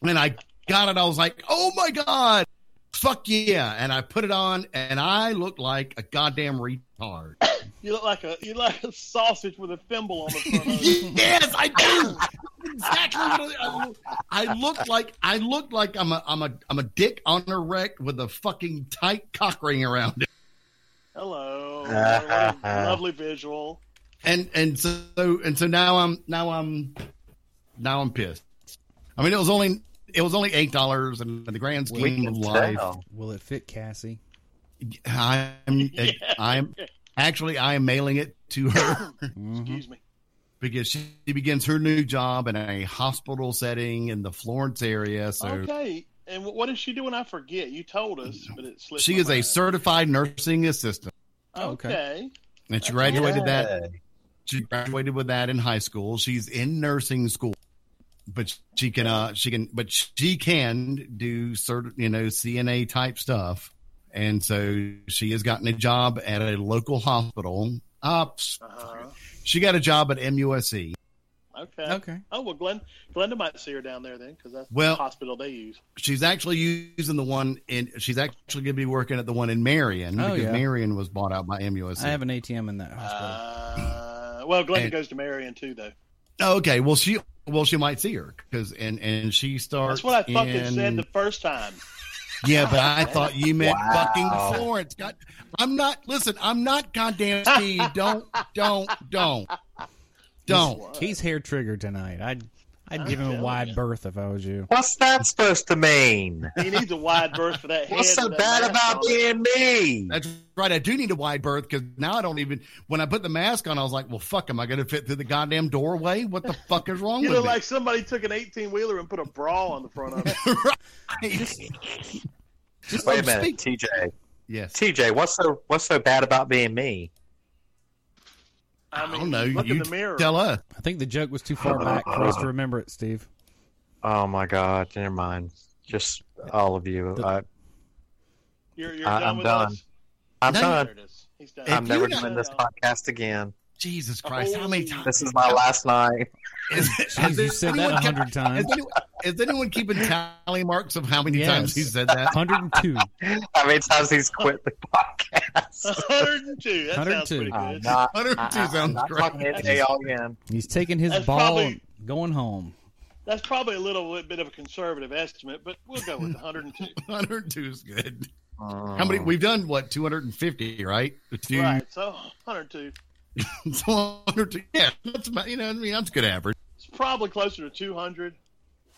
B: and I got it. I was like, oh my god, fuck yeah! And I put it on, and I looked like a goddamn retard.
C: you look like a you look like a sausage with a thimble on the front. of it.
B: yes, I do. Exactly. What I, I look like I look like I'm a I'm a I'm a dick on a wreck with a fucking tight cock ring around it.
C: Hello, what a lovely visual.
B: and and so and so now I'm now I'm now I'm pissed. I mean, it was only it was only eight dollars, and in the grand
D: We
B: scheme of
D: can
B: life,
C: Oh.
D: tell.
E: Will it fit Cassie?
B: I'm
C: Yeah.
B: I'm actually I am mailing it to her
E: Mm-hmm.
C: Excuse me.
B: because she begins her new job in a hospital setting in the Florence area. So
C: Okay, And wh- what is she doing? I forget. You told us, but it slipped.
B: She
C: my
B: is a
C: mind.
B: certified nursing assistant,
E: Oh, Okay.
C: Okay.
B: and she graduated that she graduated with that in high school. She's in nursing school, but she can uh she can but she can do cert you know CNA type stuff, and so she has gotten a job at a local hospital. Uh,
C: Uh-huh.
B: she got a job at MUSC.
C: Okay.
E: Okay.
C: Oh well, Glenn. Glenda might see her down there then, because that's
B: Well-
C: the hospital they use.
B: She's actually using the one in. She's actually going to be working at the one in Marion
E: Oh,
B: because
E: yeah.
B: Marion was bought out by MUSC.
E: I have an ATM in that hospital.
C: Uh, well, Glenda
B: And-
C: goes to Marion too, though.
B: okay, well she well she might see her because and and she starts.
C: That's what I fucking
B: in-
C: said the first time.
B: Yeah, but I thought you meant
D: Wow.
B: fucking Florence. God, I'm not. Listen, I'm not. Goddamn Steve. Don't, don't, don't, don't.
C: What?
E: He's hair trigger tonight. I'd I'd
C: I'm
E: give him a
C: telling
E: wide
C: you.
E: berth if I was you.
D: What's that supposed to mean?
C: He needs a wide berth for that head.
D: What's so
C: with
D: bad
C: that mask
D: about
C: on.
D: being me?
B: That's right. I do need a wide berth because now I don't even. When I put the mask on, I was like, "Well, fuck, am I going to fit through the goddamn doorway? What the fuck is wrong
C: You
B: with
C: look
B: me?"
C: like somebody took an eighteen wheeler and put a bra on the front of it.
B: Just
D: Wait a
B: don't
D: minute,
B: speak.
D: TJ.
B: Yes.
D: TJ, what's so what's so bad about being me?
C: I, mean,
B: I don't know.
C: Look
B: You
C: in the mirror.
B: tell us.
E: I think the joke was too far back for us to remember it, Steve.
D: Oh my God, never mind. Just all of you. I,
C: You're, you're
D: I-
C: done
D: I'm
C: with
D: done.
C: us.
D: I'm
B: No,
D: done.
C: There it is. He's done.
B: If
D: I'm never
B: you're not-
D: doing this podcast again.
B: Jesus Christ! How many
C: Oh.
B: times?
D: This is my last night.
B: Is,
E: Jeez, you said that a hundred
B: Is
E: times.
B: anyone, is anyone keeping tally marks of how many
E: Yes.
B: times he said that?
E: 102.
D: How many times he's quit the podcast?
C: 102. That sounds
E: 102.
C: pretty
D: I'm
C: good.
D: not, I,
B: 102
D: am
B: sounds
D: not
B: great.
D: talking to y'all again.
E: He's taking his
C: That's
E: ball
C: probably-
E: and going home.
C: That's probably a little bit of a conservative estimate, but we'll go with 102.
B: 102 is good.
D: Mm.
B: How many? We've done what 250, right? Two-
C: right. So 102.
B: 200 yeah, that's about, you know, what I mean, that's a good average.
C: It's probably closer to 200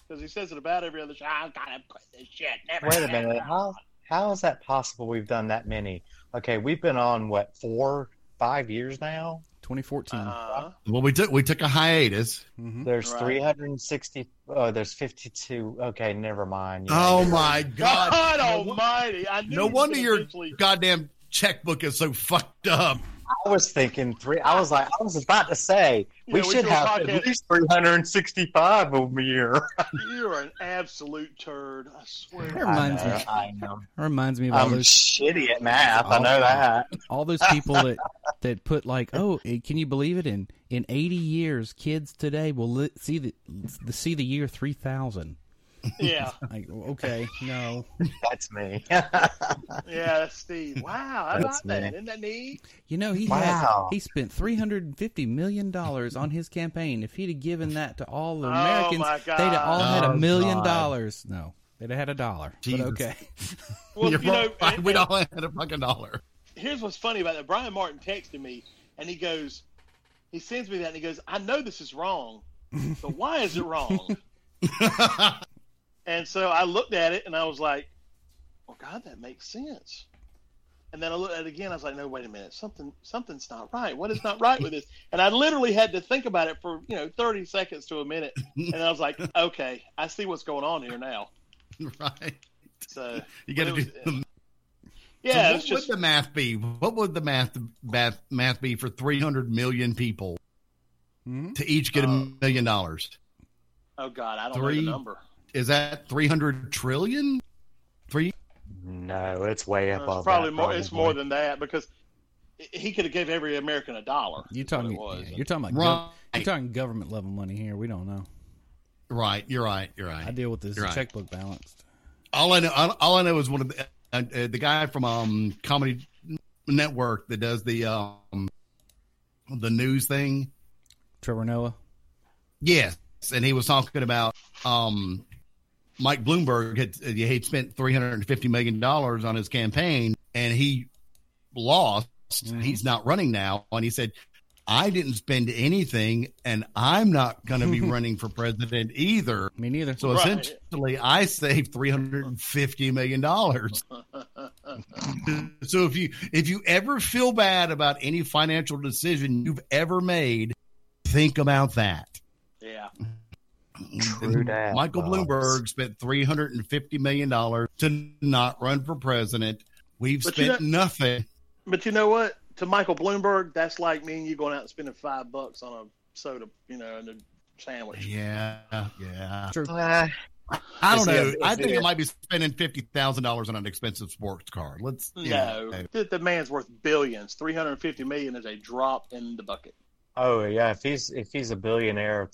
C: because he says it about every other "Ah, show. I've got to put this shit. Never
D: Wait a
C: said
D: minute. How how is that possible? We've done that many. Okay, we've been on what four, five years now.
E: 2014.
C: Uh,
B: Well, we took we took a hiatus.
E: Mhm.
D: There's
C: Right.
D: 360. Oh, there's 52. Okay, never mind. Yeah,
B: Oh
D: you're-
B: my
C: God,
B: god!
C: almighty. I knew
B: No
C: he was
B: wonder
C: gonna
B: your
C: eventually-
B: goddamn checkbook is so fucked up.
D: I was thinking three. I was like, I was about to say we
C: Yeah, we
D: should
C: do a
D: have
C: podcast.
D: at least 365 a year.
C: You're an absolute turd. I swear.
E: That reminds
D: I know,
E: me.
D: I know.
E: That reminds me of all
D: I'm
E: those
D: shitty at math. I know that.
E: all those people that that put like, oh, eh, can you believe it? In in 80 years, kids today will li- see the, the see the year 3000.
C: Yeah,
E: Like, "Oh, okay, no.
D: That's me.
C: yeah, that's Steve. Wow, I
D: That's
C: like that.
D: me.
C: Isn't that neat?
E: You know, he
D: Wow.
E: had he spent three hundred and fifty million dollars on his campaign. If he'd have given that to all the
C: Oh,
E: Americans,
C: my
E: they'd have all had
D: God.
E: a
D: Oh,
E: million
D: God.
E: dollars. No, they'd have had a dollar. But
B: Jesus.
E: okay,
C: Well,
B: You're
C: you know,
B: right.
C: and-
B: we all had a fucking dollar.
C: here's what's funny about that. Brian Martin texted me and he goes, he sends me that and he goes, I know this is wrong, but why is it wrong? and so I looked at it and I was like, well, God, that makes sense. And then I looked at it again. I was like, no, wait a minute. Something, something's not right. What is not right with this? And I literally had to think about it for, you know, 30 seconds to a minute. And I was like, okay, I see what's going on here now.
B: right?
C: So,
B: You got to
C: Well, it
B: do.
C: was- uh,
B: The,
C: yeah,
B: so what
C: it's just,
B: would the math be? What would the math math math be for 300 million people
E: Mhm.
B: to each get a
C: Uh,
B: million dollars?
C: oh God, I don't know
B: three-
C: the number.
B: Is that 300 trillion? Three
D: No, it's way
C: No,
D: above.
C: It's probably
D: that,
C: more. It's
D: probably.
C: more than that because he could have gave every American a dollar.
E: you're
C: is what
E: talking
C: it was.
E: you're talking about
B: Right.
E: gov- you're talking government level money here. We don't know.
B: Right, you're right. You're
E: I
B: right.
E: deal with this
B: You're right.
E: checkbook balanced.
B: All I know, all, all I know is one of the uh, uh, the guy from um Comedy Network that does the um the news thing.
E: Trevor Noah.
B: Yes, and he was talking about um Mike Bloomberg had he'd spent three hundred and fifty million dollars on his campaign, and he lost.
E: Mhm.
B: He's not running now, and he said. I didn't spend anything, and I'm not going to be running for president either.
E: Me neither.
B: So
C: Right.
B: essentially, I saved three hundred and fifty million dollars. so if you if you ever feel bad about any financial decision you've ever made, think about that.
C: yeah,
D: True that,
B: Michael
D: Bubs.
B: Bloomberg spent three hundred and fifty million dollars to not run for president. We've
C: But you
B: spent nothing.
C: But you know what? To Michael Bloomberg, that's like me and you going out and spending five bucks on a soda, you know, and a sandwich.
B: Yeah, yeah.
D: Uh,
B: I
D: Is
B: don't
D: he a-
B: know. I
D: is
B: think
D: he a-
B: it might be spending fifty thousand dollars on an expensive sports car. Let's
C: No, the, the man's worth billions. Three hundred fifty million is a drop in the bucket.
D: oh yeah, if he's if he's a billionaire,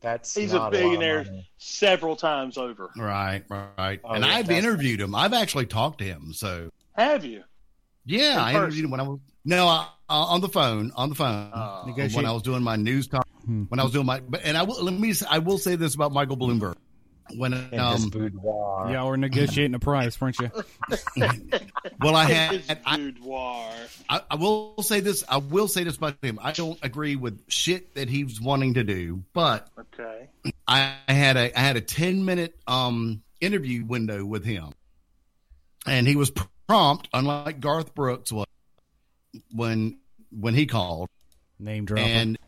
D: that's
C: He's a
D: not lot of
C: billionaire.
D: money.
C: Several times over.
B: Right, right.
D: Oh,
B: and
D: yeah,
B: I've
D: that's-
B: interviewed him. I've actually talked to him. So
C: Have you?
B: yeah,
C: In
B: I interviewed him when I was no I, I- on the phone on the phone
D: Oh,
C: Uh,
E: Negotiate-
B: when I was doing my news talk
E: Hmm.
B: when I was doing my but and I will let me I will say this about Michael Bloomberg when
D: in his
B: um
D: boudoir.
E: Y'all were negotiating a price, weren't you?
B: well I
C: His
B: had I,
C: boudoir.
B: I, I will say this I will say this about him I don't agree with shit that he's wanting to do but
C: Okay.
B: I had a I had a ten minute um interview window with him, and he was prompt, unlike Garth Brooks was when when he called,
E: Name drop.
B: and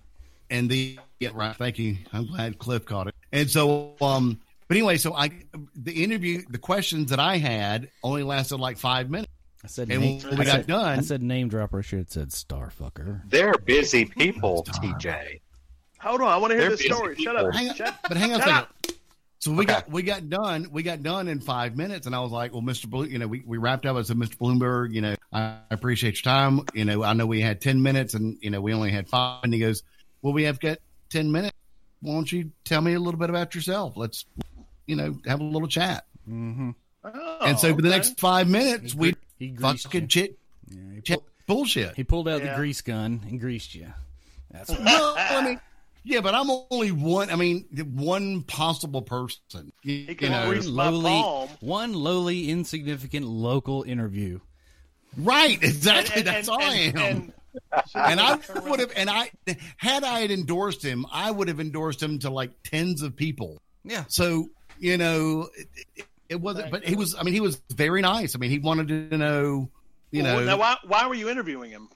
B: and the yeah, right. Thank you. I'm glad Cliff caught it. And so um, but anyway, so I the interview the questions that I had only lasted like five minutes,
E: I said
B: and
E: name.
B: when
E: I
B: we got
E: said, I
B: done,
E: said name dropper. I should have said star fucker.
D: They're busy people, TJ.
C: Hold on, I want to hear
D: They're
C: this
D: busy
C: story. Shut
D: people.
C: up.
B: hang on,
C: Shut,
B: but hang on a
C: shut
B: second.
C: up.
B: So we
D: Okay.
B: got we got done. We got done in five minutes, and I was like, "Well, Mr. Blue, you know, we, we wrapped up. I said, Mr. Bloomberg, you know, I appreciate your time. You know, I know we had ten minutes, and you know, we only had five. And he goes, "Well, we have got ten minutes. Why don't you tell me a little bit about yourself? Let's, you know, have a little chat."
E: Mm-hmm.
C: Oh,
B: and so for the
C: okay.
B: next five minutes, we
E: he greased
B: fucking
E: you.
B: chit
E: Yeah, he,
B: chat
E: pulled,
B: bullshit.
E: he pulled out
C: Yeah.
E: the grease gun and greased you. That's what
B: well, I mean, yeah, but I'm only one. I mean, one possible person. You,
C: He
B: you
C: can
B: know,
C: grease my palm.
E: one lowly, insignificant local interview.
B: right? Exactly. That's all I am. and I
C: Turn around.
B: would have, and I had I had endorsed him, I would have endorsed him to like tens of people.
E: Yeah.
B: So you know, it, it wasn't, but he was. I mean, he was very nice. I mean, he wanted to know, you
C: Well,
B: know,
C: now why, why were you interviewing him?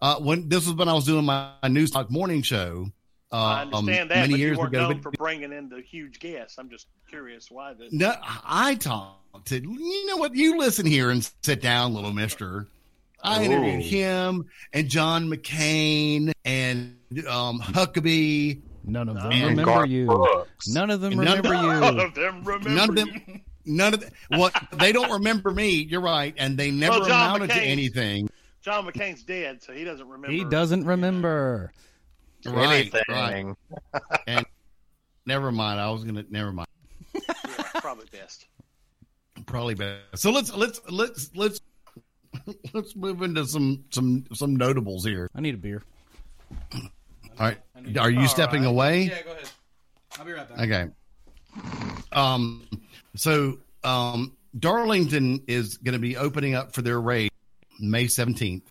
B: uh, when this was when I was doing my news talk morning show. Uh,
C: I understand
B: um,
C: that,
B: many
C: but
B: years
C: you weren't
B: ago.
C: known
B: but-
C: for bringing in the huge guests. I'm just curious why the
B: no, I talked to you know what? You listen here and sit down, little Mister. I
C: Oh.
B: interviewed
D: Ooh.
B: him and John McCain and um, Huckabee.
E: None of them
C: And
E: remember
D: Garth
E: you.
D: Brooks.
E: None of them
B: And none-
E: remember
C: none
E: you.
C: of them remember.
B: None of them. None of the, what they don't remember me. You're right, and they never
C: Well, John
B: amounted to
C: McCain.
B: anything.
C: John McCain's dead, so he doesn't remember.
E: He doesn't remember.
B: Right,
D: Anything.
B: right. Never mind. I was gonna. Never mind.
C: Yeah, probably best.
B: Probably better. So let's let's let's let's let's move into some some some notables here.
E: I need a beer.
B: All right. Are you stepping away?
E: Oh, go ahead. I'll be right back.
B: Okay. Um. So, um, Darlington is going to be opening up for their raid May seventeenth,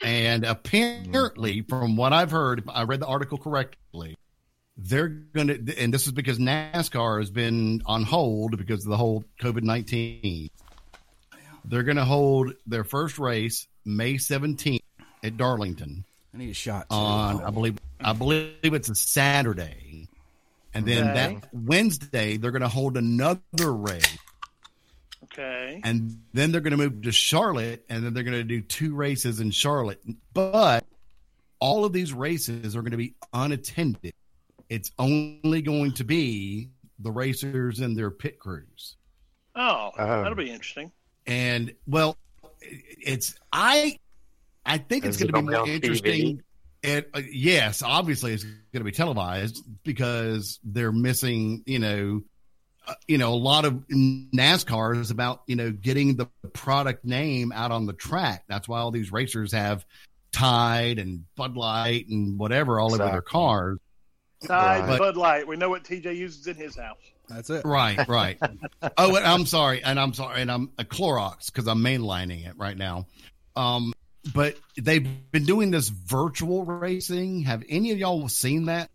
B: and apparently, from what I've heard, if I read the article correctly. They're going to, and this is because NASCAR has been on hold because of the whole COVID nineteen. They're going to hold their first race May seventeenth at Darlington
E: I need a shot.
B: on I believe I believe it's a Saturday. And then
C: Okay.
B: that Wednesday they're going to hold another race,
C: Okay.
B: and then they're going to move to Charlotte, and then they're going to do two races in Charlotte. But all of these races are going to be unattended. It's only going to be the racers and their pit crews.
C: Oh,
D: Oh.
C: that'll be interesting.
B: And well, it- it's I I think it's
D: Is it
B: going to be
D: gonna
B: more
D: be on
B: interesting. It, uh, yes, obviously it's going to be televised because they're missing, you know, uh, you know, a lot of NASCAR is about you know getting the product name out on the track. That's why all these racers have Tide and Bud Light and whatever all over their
D: Exactly.
B: cars.
C: Tide
B: Right.
C: Bud Light. We know what TJ uses in his house.
E: That's it.
B: Right, right. oh, and I'm sorry, and I'm sorry, and I'm a Clorox because I'm mainlining it right now. Um, but they've been doing this virtual racing. Have any of y'all seen that?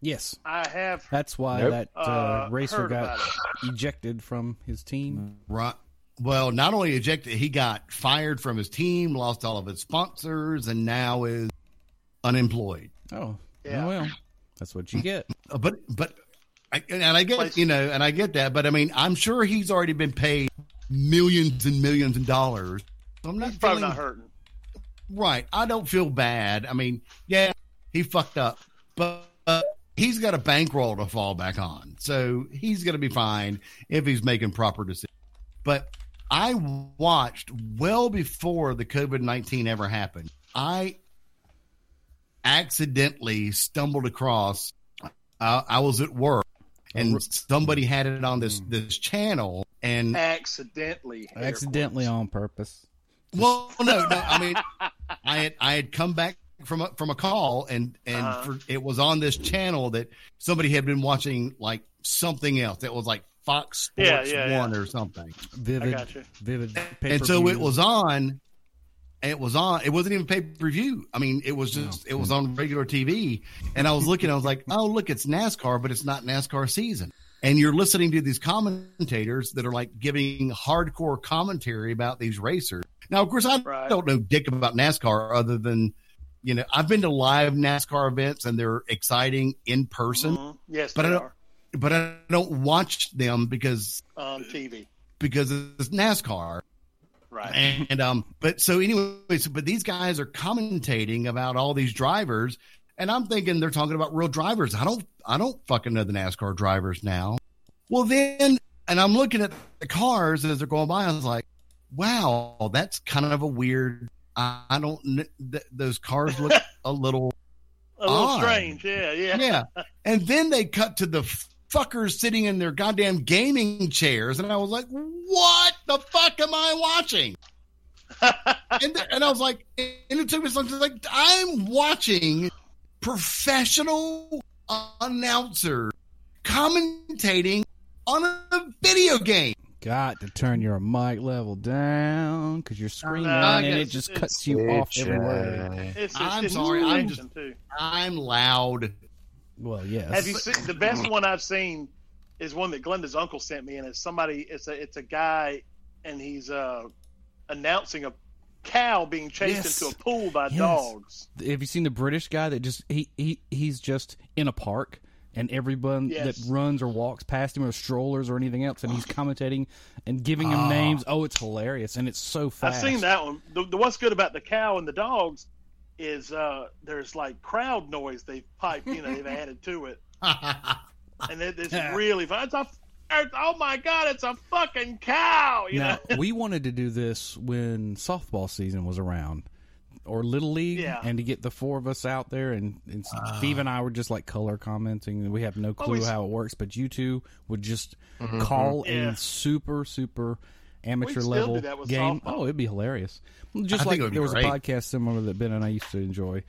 E: Yes.
C: I have
E: That's why
D: Nope.
E: that uh,
C: uh,
E: racer
C: heard
E: got
C: about it.
E: ejected from his team.
B: Right. Well, not only ejected, he got fired from his team, lost all of his sponsors, and now is unemployed.
E: Oh,
C: Yeah.
E: well. That's what you get.
B: Uh, But but I, and I get you know, and I get that. But I mean, I'm sure he's already been paid millions and millions of dollars. So I'm not
C: He's probably
B: feeling-
C: not hurting.
B: Right. I don't feel bad. I mean, yeah, he fucked up, but uh, he's got a bankroll to fall back on. So he's going to be fine if he's making proper decisions. But I watched well before the COVID 19 ever happened. I accidentally stumbled across, uh, I was at work and somebody had it on this, this channel. And
C: Accidentally. air
E: accidentally on purpose.
B: well, no, no. I mean, I had I had come back from a, from a call, and and
C: Uh-huh.
B: for, it was on this channel that somebody had been watching like something else that was like Fox Sports
C: Yeah, yeah,
B: One
C: yeah.
B: or something,
C: quotes. I
E: Vivid,
C: got you.
E: vivid.
B: and so it was on. It was on. It wasn't even pay per view. I mean, it was just it was on regular TV, and I was looking. I was like, oh look, it's NASCAR, but it's not NASCAR season. And you're listening to these commentators that are like giving hardcore commentary about these racers. Now, of course, I
C: Right.
B: don't know dick about NASCAR other than, you know, I've been to live NASCAR events and they're exciting in person,
C: Mhm. Yes,
B: But
C: but
B: I
C: they
B: don't-
C: are
B: but I don't watch them because
C: on TV.
B: because it's NASCAR.
C: Right.
B: And, and, um, but so anyways, but these guys are commentating about all these drivers, and I'm thinking they're talking about real drivers. I don't, I don't fucking know the NASCAR drivers now. Well, then, and I'm looking at the cars as they're going by. I was like, wow, that's kind of a weird. I, I don't. kn- Th- those cars look a little.
C: a little
B: odd.
C: strange. Yeah, yeah.
B: Yeah. And then they cut to the fuckers sitting in their goddamn gaming chairs, and I was like, what the fuck am I watching? and, th- and I was like, and it took me something like I'm watching professional announcer commentating on a video game.
E: got to turn your mic level down because you're screaming
C: I
E: and it
C: guess
E: just
C: it's-
E: cuts you off every word.
D: Bitches.
C: It's, it's,
B: I'm
C: it's
B: sorry, I'm just-
C: interesting, Too.
B: I'm loud.
E: Well, yes.
C: Have you seen the best one I've seen is one that Glenda's uncle sent me, and it's somebody. It's a it's a guy, and he's uh announcing a cow being chased
E: Yes.
C: into a pool by
E: Yes.
C: dogs.
E: Have you seen the British guy that just he he he's just in a park and everyone
C: Yes.
E: that runs or walks past him or strollers or anything else and he's commentating and giving
B: Ah.
E: him names. Oh, it's hilarious and it's so fast.
C: I've seen that one. The, the what's good about the cow and the dogs is uh there's like crowd noise they've piped. You know they've added to it, and it, it's really fun. It's a it's- oh my god, it's a fucking cow. You
E: Now
C: know.
E: we wanted to do this when softball season was around, or little league,
C: Yeah.
E: and to get the four of us out there, and, and
B: Ah.
E: Steve and I were just like color commenting, and we have no clue
C: we s-
E: how it works. But you two would just
B: Mm-hmm.
E: call
C: Yeah.
E: a super super amateur
C: still
E: level
C: do that with
E: game.
C: softball.
E: Oh, it'd be hilarious. Just
B: think
E: like
B: it would be
E: there was
B: great.
E: a podcast similar that Ben and I used to enjoy.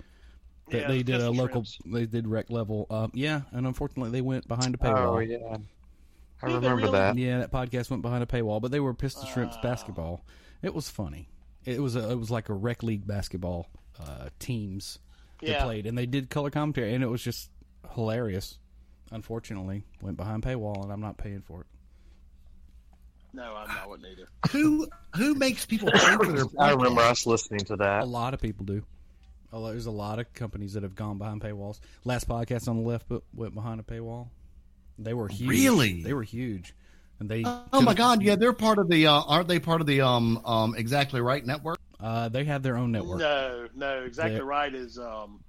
E: That
C: Yeah,
E: they did a
C: pistol
E: local,
C: shrimps.
E: they did rec level. Um, yeah, and unfortunately they went behind a
D: Oh
E: paywall.
D: yeah, I
C: they
D: remember
C: really?
D: that.
E: Yeah, that podcast went behind a paywall, but they were Pistol Shrimps basketball. It was funny. It was a, it was like a rec league basketball uh, teams that
C: Yeah.
E: played, and they did color commentary, and it was just hilarious. Unfortunately, went behind paywall, and I'm not paying for it.
C: No, I'm not one either.
B: who who makes people pay for their
D: I remember us listening to
E: A
D: that.
E: lot of people do. A lo- There's a lot of companies that have gone behind paywalls. Last podcast on the left but went behind a paywall. They were huge.
B: Really?
E: they were huge, and they
B: Oh my god, yeah, they're part of the uh, aren't they part of the um um exactly right network?
E: uh, they had their own network.
C: No, no, exactly
E: Yeah.
C: right is um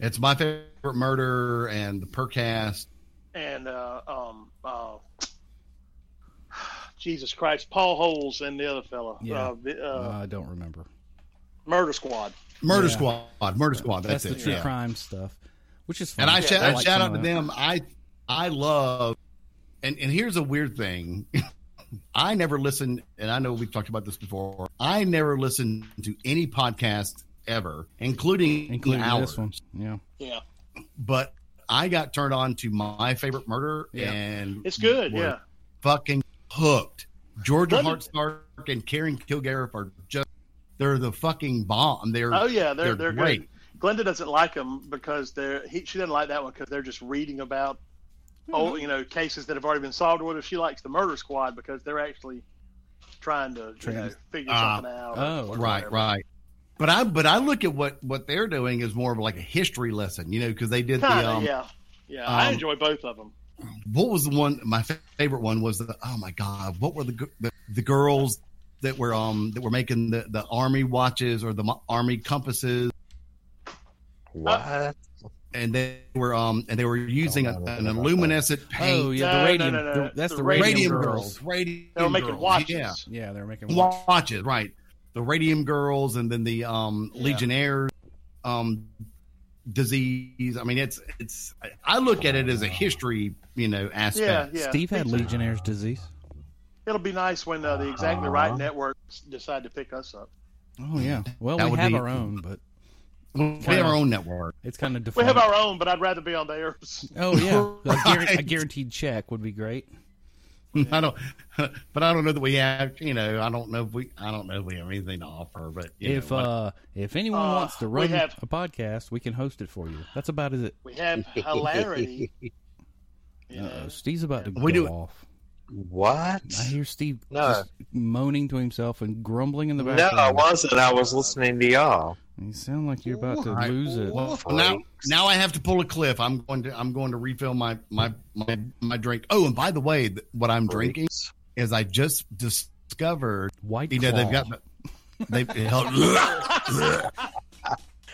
B: It's my favorite murder and the percast.
C: and uh, um uh, Jesus Christ, Paul Holes and the other fella,
E: Yeah.
C: uh, the, uh,
B: Uh-huh.
E: Uh, I don't remember.
C: Murder Squad.
B: Murder
E: Yeah.
B: Squad, Murder Squad. That's,
E: That's,
B: it.
E: the true
B: yeah.
E: crime stuff, which is fun.
B: And I, shout,
E: I like
B: shout out
E: some
B: to
E: of that.
B: them. I I love and and here's a weird thing. I never listen, and I know we've talked about this before. I never listen to any podcast ever, including,
E: including
B: ours.
E: this one. Yeah,
C: Yeah,
B: But I got turned on to my favorite murder,
E: Yeah.
B: and
C: it's good.
B: were
C: Yeah,
B: fucking hooked. Georgia
C: Let me-
B: Hart Stark and Karen Kilgariff are just—they're the fucking bomb. They're
C: oh yeah, they're
B: they're
C: they're,
B: great.
C: great. Glenda doesn't like them because they're he, she doesn't like that one because they're just reading about oh you know cases that have already been solved. Whether she likes the Murder Squad because they're actually trying to you know,
E: Trans-
C: figure
B: Ah.
C: something out. or-
E: Oh,
C: or
B: right
C: whatever.
B: right but i but i look at what what they're doing as more of like a history lesson you know because they did
C: Kinda,
B: the um
C: yeah. Yeah, I
B: Um,
C: enjoy both of them.
B: What was the one? My fa- favorite one was the. Oh my god! What were the gir- the, the girls that were um that were making the the army watches or the mo- army compasses?
D: What?
B: And they were um and they were using a,
D: Don't know
B: an
D: about that.
B: illuminescent paint.
E: Oh yeah, the
C: No, no,
E: radium.
C: no, no,
E: the-
C: no.
E: that's the,
C: The
E: radium,
B: Radium
E: girls.
B: girls, radium.
C: They were making
B: girls,
C: watches.
B: yeah.
E: Yeah, they're making. watch.
B: watches, right? The Radium Girls and then the um,
C: Yeah.
B: Legionnaires um, disease. I mean, it's it's. I- I look at it as a history, you know,
C: Yeah,
B: aspect.
C: yeah.
E: Steve had
C: It's-
E: Legionnaire's disease.
C: It'll be nice when uh, the Exactly Right networks decide to pick us up.
E: Oh yeah. Well,
B: That
E: we
B: would
E: have
B: be-
E: our own, but
B: We have our own network.
E: it's kind of
C: We
E: defunct.
C: have our own, but I'd rather be on theirs.
E: Oh yeah, a, guar- a
B: Right.
E: guaranteed check would be great.
B: I don't, but I don't know that we have. You know, I don't know if we. I don't know if we have anything to offer. But you
E: if
B: know, what-
E: uh, if anyone
C: Uh,
E: wants to
C: we
E: run
C: have-
E: a podcast, we can host it for you. That's about it.
C: We have hilarity. you know.
E: Uh, Steve's about to
B: We
E: go
B: do-
E: off.
D: What?
E: I hear Steve
D: No.
E: just moaning to himself and grumbling in the
D: No,
E: background.
D: I wasn't. I was listening to y'all.
E: You sound like you're about to
B: All right.
E: uh, lose it.
B: Well, now, now I have to pull a cliff. I'm going to. I'm going to refill my my my, my drink. Oh, and by the way, th- what I'm drinking is I just discovered
E: White
B: You know, they've
E: Claw.
B: got they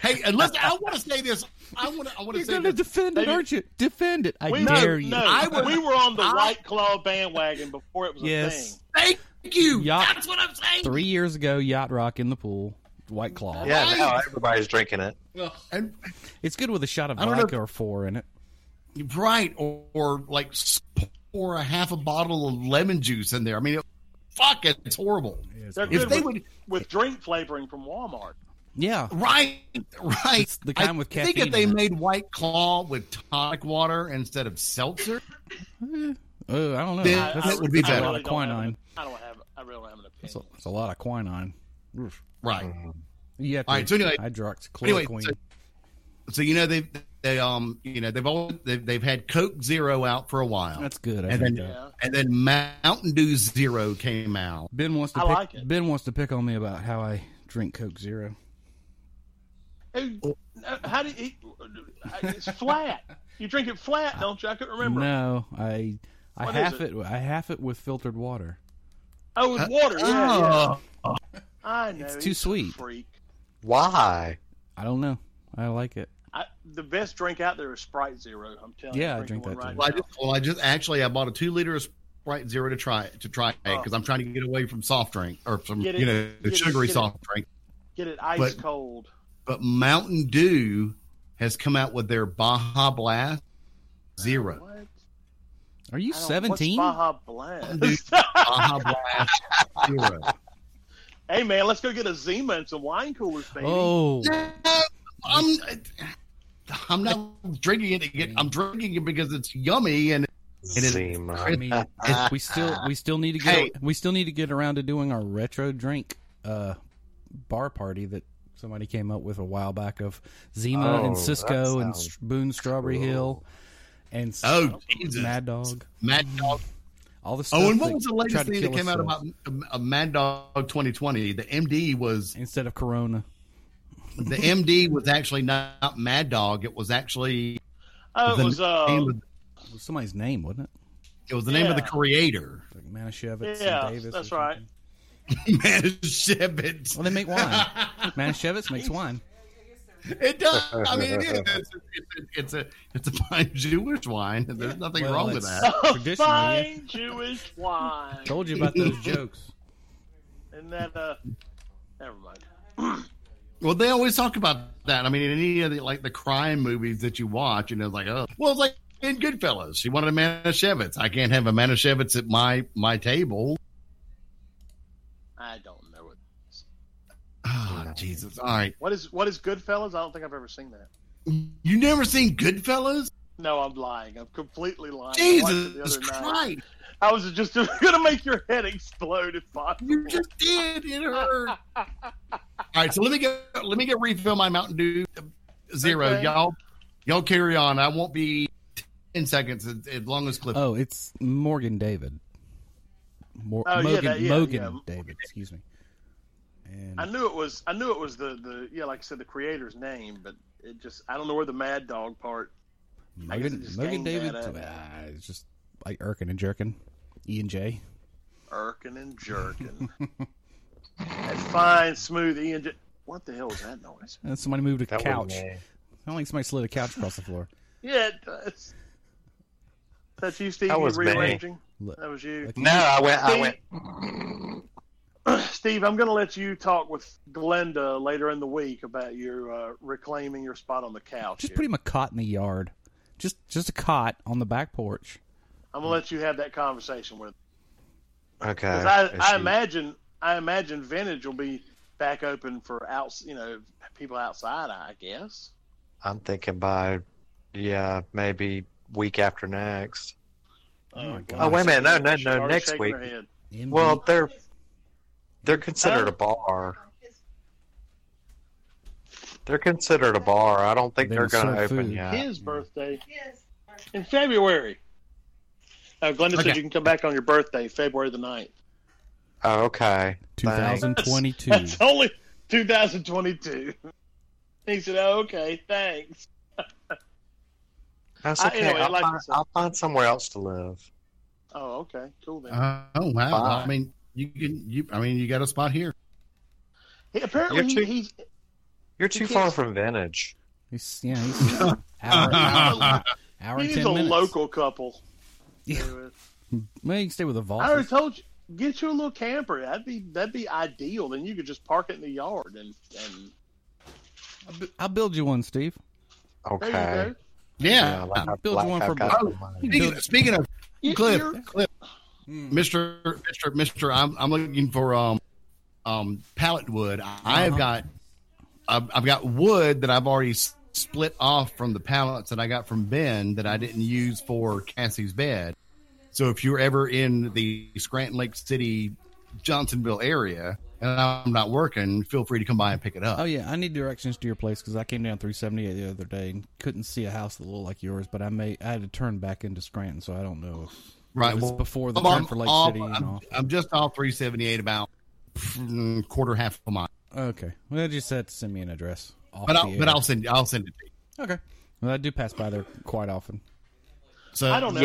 B: Hey, and listen, I want to say this. I want to. I want to
E: You're
B: say
E: going to
B: this.
E: defend it,
C: Maybe-
E: aren't you? Defend it. I
C: we,
E: dare you.
C: no,
B: I would-
C: we were on the
B: I-
C: White Claw bandwagon before it was a
E: Yes.
C: thing.
B: Thank you.
E: Yacht-
B: That's what I'm saying.
E: Three years ago, Yacht Rock in the pool. White Claw.
D: Yeah, now everybody's drinking it.
B: And
E: It's good with a shot of
B: I don't know
E: vodka or four in it.
B: right, or, or like s- pour a half a bottle of lemon juice in there. I mean, it, fuck it, it's horrible.
C: They're
B: If
C: good
B: they
C: with,
B: would,
C: with drink flavoring from Walmart.
E: Yeah.
B: right, right.
E: It's the kind
B: I
E: with
B: think
E: caffeine
B: if they
E: in it.
B: made White Claw with tonic water instead of seltzer,
E: Uh, I don't know.
B: Then
C: I-
E: That's-
C: I
B: that would be
E: that's
C: I
E: a
B: better.
C: really
E: lot of
C: don't have an-
E: quinine.
C: I don't have. I really don't have an
E: That's a,
C: opinion.
E: that's a lot of quinine. Oof.
B: right?
E: You have to
B: All right, so anyway-
E: hydroxychloroquine.
B: anyway, so, so you know they've they um you know they've always they've, they've had Coke Zero out for a while,
E: That's good. I
B: and
E: think
B: then
E: that-
C: Yeah.
B: and then Mountain Dew Zero came out.
E: ben wants to
C: I
E: pick,
C: like it.
E: Ben wants to pick on me about how I drink Coke Zero.
C: Hey, uh, How do you? uh, It's flat. You drink it flat, don't you? I couldn't remember.
E: No, I I
C: What is
E: half it? I half it with filtered water.
C: Oh, with water. Yeah, yeah.
B: Oh,
C: I know.
E: Uh, too
C: he's a
E: sweet.
C: Freak.
D: Why?
E: I don't know. I like it.
C: I, the best drink out there is Sprite Zero. I'm telling you.
E: Yeah, I
C: I'm drinking
E: drink
C: one
E: that
B: well, I
C: Right
B: just, well, I just actually I bought a two liter of Sprite Zero to try to try it because I'm trying to get away from soft drink or from
C: Oh. Get it,
B: you know
C: get it,
B: sugary
C: get it.
B: soft drink.
C: now. Get it ice
B: But-
C: cold.
B: But Mountain Dew has come out with their Baja Blast Zero.
C: What?
E: Are you
C: I don't-
E: seventeen?
C: What's
E: I
C: Baja
B: Dude.
C: Blast?
B: Baja Blast Zero.
C: hey man, let's go get a Zima and some wine coolers, baby.
E: Oh,
B: No, I'm I'm not drinking it. to get- I'm drinking it because it's yummy and it is
D: Zima.
E: I mean,
B: it's-
E: we still we still need to get
B: Hey.
E: we still need to get around to doing our retro drink uh, bar party that somebody came up with a while back of Zima
D: Oh,
E: and
D: that
E: Cisco and
D: sounds
E: Str- Boone Strawberry
D: cool.
E: Hill and s-
B: oh Jesus, Mad,
E: Mad Dog.
B: Dog.
E: All the stuff.
B: Oh, and what
E: that
B: was the latest
E: tried to
B: thing that
E: kill us
B: came out
E: with.
B: about um, uh, Mad Dog 2020? The MD was
E: instead of Corona?
B: the MD was actually not Mad Dog. It was actually
C: oh,
B: the
C: it was uh,
B: name of,
E: It was somebody's name, wasn't it?
B: it was the name of the
C: yeah.
B: creator.
E: Like Manischewitz
C: Yeah,
E: and Davis. or
C: that's right.
E: something.
B: Manischewitz.
E: Well, they make wine. Manischewitz makes wine.
B: It does. I mean, it is. It's, it's, a it's a fine Jewish wine. There's nothing
E: Well,
B: wrong with
E: it's-
B: that.
E: Traditionally,
C: fine Jewish wine.
E: Told you about those jokes.
C: And that uh, never mind.
B: Well, they always talk about that. I mean, in any of the like the crime movies that you watch, you know, it's like, oh, well, it's like in Goodfellas, she wanted a Manischewitz. I can't have a Manischewitz at my my table.
C: I don't know what.
B: Oh, Jesus! All right,
C: What is what is Goodfellas? I don't think I've ever seen that.
B: you never seen Goodfellas?
C: No, I'm lying. I'm completely lying. I watched it the
B: Jesus
C: other night.
B: Christ!
C: I was just gonna make your head explode if possible.
B: You just did. It hurt. All right, so let me get let me get refill my Mountain Dew Zero,
C: Okay.
B: y'all. Y'all carry on. I won't be ten seconds as, as long as
C: Uh,
B: Cliff.
E: Oh, it's Morgan David. Mor-
C: Oh, yeah,
E: Mogan,
C: that- yeah,
E: Mogan
C: yeah.
E: David, excuse me. And
C: I knew it was. I knew it was the the yeah, like I said, the creator's name, but it just uh, I don't know where the Mad Dog part.
E: Mogan,
C: this
E: Mogan
C: game
E: David,
C: bad at?
E: ah, it's just like irking and jerking. E and J.
C: Irking and jerking. that fine, smooth E and J. What the hell is that noise?
E: And Uh, somebody moved a
D: That was
E: couch.
D: me.
E: I don't think somebody slid a couch across the floor.
C: Yeah, it does. That's you, Steve.
D: That was me.
C: rearranging.
E: Look,
C: That was you.
E: look,
D: No, I went. I went.
C: Steve, I'm going to let you talk with Glenda later in the week about your uh, reclaiming your spot on the couch.
E: just
C: here.
E: put him a cot in the yard. Just just a cot on the back porch.
C: I'm going to let you have that conversation with.
D: Okay.
C: Because I,
D: Is
C: I
D: she-
C: imagine, I imagine vintage will be back open for outs, you know, people outside. I guess.
D: I'm thinking by, yeah, maybe week after next.
E: Oh,
C: Um,
E: my
D: Oh, wait a minute. No, no,
C: She's
D: no.
C: already
D: Next
C: shaking
D: week.
C: her head.
E: MD.
D: Well, they're they're considered a bar. They're considered a bar. I don't think
E: They
D: they are
E: will
D: going to
E: serve
D: open
E: food.
D: yet.
C: His birthday in February. Now, Glenda
B: Okay.
C: said you can come back on your birthday, February the 9th.
D: Oh, okay. Thanks.
E: 2022.
C: That's only 2022. He said, oh, "Okay, thanks."
D: That's
C: I-
D: okay.
C: anyway,
D: I'll,
C: like I
D: find,
C: said-
D: I'll find somewhere else to live.
C: Oh, okay, cool then.
B: Uh, oh wow!
D: Fine.
B: I mean, you can. You, I mean, you got a spot here.
C: He- apparently,
D: You're too-
C: he, he's
D: You're too far from vintage.
E: He's, yeah, he's hour, hour
C: he
E: and
C: needs
E: ten
C: a
E: minutes.
C: local couple. uh,
E: Yeah.
C: Anyway.
E: Well, you can stay with a
C: I
E: vault.
C: already told you, get you a little camper. That'd be that'd be ideal. Then you could just park it in the yard, and and
E: I'll build you one, Steve.
D: Okay.
C: there you go.
B: yeah.
D: like I-
E: Build
D: like
E: one
D: I've
E: for-
D: got
B: Oh,
D: in mind.
B: Speaking, speaking of
C: You,
B: Cliff,
C: you're-
B: Cliff,
C: Hmm.
B: Mister, Mister, Mister, I'm I'm looking for um um pallet wood. I
E: Uh-huh.
B: have got I've, I've got wood that I've already s- split off from the pallets that I got from Ben that I didn't use for Cassie's bed. So if you're ever in the Scranton Lake City, Johnsonville area, and I'm not working, feel free to come by and pick it up.
E: Oh yeah, I need directions to your place because I came down 378 the other day and couldn't see a house that looked like yours. But I may I had to turn back into Scranton, so I don't know. If,
B: Right.
E: It was before the
B: I'm on-
E: turn for Lake
B: off-
E: City and
B: I'm,
E: off.
B: I'm just off 378 about mm, quarter half a mile.
E: okay, well, you just had to send me an address. Off
B: But
E: the
B: I'll,
E: air.
B: but I'll send I'll send it to you.
E: okay. Well, I do pass by there quite often.
B: So
C: I don't know.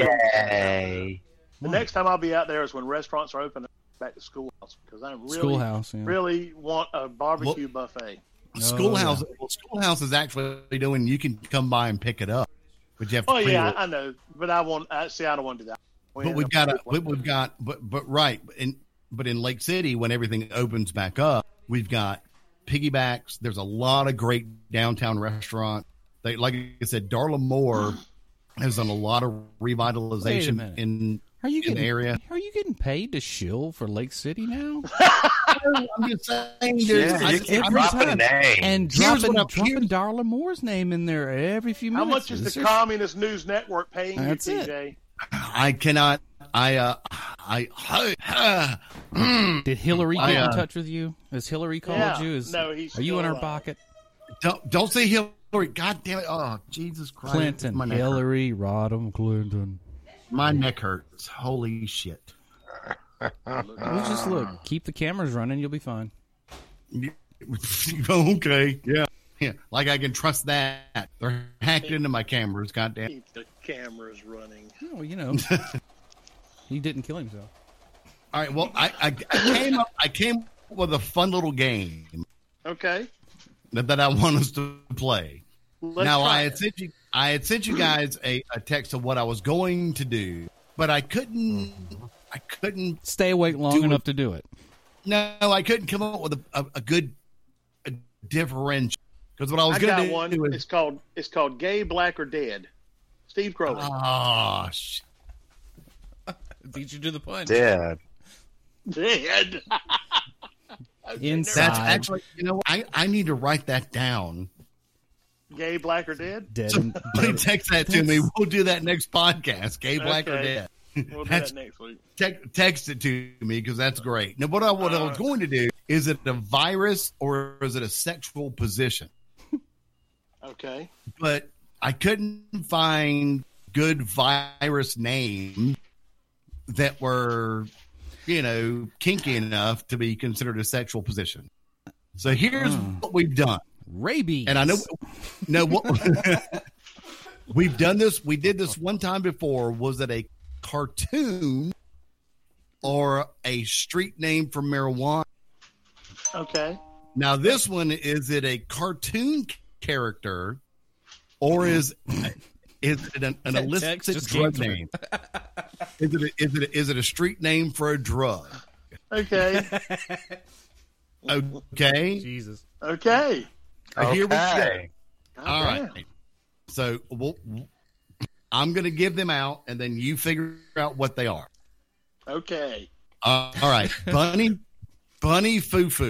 D: Yay.
C: The next time I'll be out there is when restaurants are open back to schoolhouse because I really
E: Schoolhouse, yeah.
C: really want a barbecue buffet.
B: Schoolhouse
E: Oh,
B: well, Schoolhouse is actually doing you can come by and pick it up. But you have to
C: Oh yeah,
B: pre-order.
C: I, I know, but I want. I see. I don't want to do that. We
B: but
C: end
B: we've
C: up
B: got a,
C: with
B: we,
C: one.
B: we've got but but right in but in Lake City when everything opens back up, we've got piggybacks. There's a lot of great downtown restaurant. They like I said, Darla Moore has done a lot of revitalization
E: minute.
B: in.
E: Are
B: in
E: you
B: the
E: getting
B: area.
E: Are you getting paid to shill for Lake City now?
B: I'm just saying,
D: Yeah,
B: there's- I-
D: you
E: just-
D: keep
E: every
D: dropping
E: time-
D: names.
E: And
B: Here's
E: dropping
B: what I'm-
E: dropping
B: here's-
E: Darla Moore's name in there every few
C: How
E: minutes.
C: much is
E: This
C: the Communist News Network paying
E: That's
C: you,
E: it.
C: TJ?
B: I cannot. I uh, I
E: Did Hillary get
B: I, uh,
E: in touch with you? Has Hillary called
C: Yeah.
E: you? Is,
C: No, he's
E: are you in
C: still
E: her
C: alive.
E: pocket?
B: don't don't say Hillary. God damn it! Oh Jesus Christ!
E: Clinton,
B: my neck, hurt.
E: Hillary Rodham Clinton.
B: my neck hurts. Holy shit!
E: Well, just look. Keep the cameras running. You'll be fine.
B: okay, yeah, yeah. Like I can trust that they're hacked into my cameras. Goddamn.
C: Keep the cameras running.
E: Well, you know, he didn't kill himself.
B: All right. Well, I, I, I came up. I came up with a fun little game
C: Okay,
B: that, that I want us to play.
C: let's
B: now
C: try
B: I
C: it.
B: had sent you I had sent you guys a, a text of what I was going to do, but I couldn't I couldn't
E: Stay awake long
B: Do it.
E: enough to do it.
B: no I couldn't come up with a, a, a good a differential because what I was
C: I
B: going to
C: got
B: do
C: one. It's
B: was
C: called it's called Gay, Black, or Dead. Steve Crowley.
B: oh sh-
E: Beat you to the punch.
D: Dead.
C: Dead.
E: Inside.
B: that's actually you know what? I I need to write that down.
C: Gay, Black, or Dead.
E: dead.
B: So
E: and-
B: please text that to me. We'll do that next podcast. Gay black or
C: Okay.
B: dead.
C: We'll do
B: That's-
C: that next week.
B: Te- text it to me because that's great. Now, what I what I was
C: Uh,
B: going to do is it a virus or is it a sexual position?
C: Okay.
B: but I couldn't find good virus names that were, you know, kinky enough to be considered a sexual position. So here's what we've done,
E: Rabies.
B: and I know, no, what We've done this. We did this one time before. Was it a cartoon or a street name for marijuana?
C: Okay.
B: Now this one is it a cartoon character or is is it an, an
E: Mm-hmm. That text
B: illicit
E: just
B: drug
E: came through.
B: name? Is it, a, is it a, is it a street name for a drug?
C: Okay.
B: Okay,
E: Jesus.
C: okay.
B: here we go.
D: Okay.
B: All right. So we'll, I'm going to give them out, and then you figure out what they are.
C: Okay.
B: Uh, all right, bunny, bunny foo foo.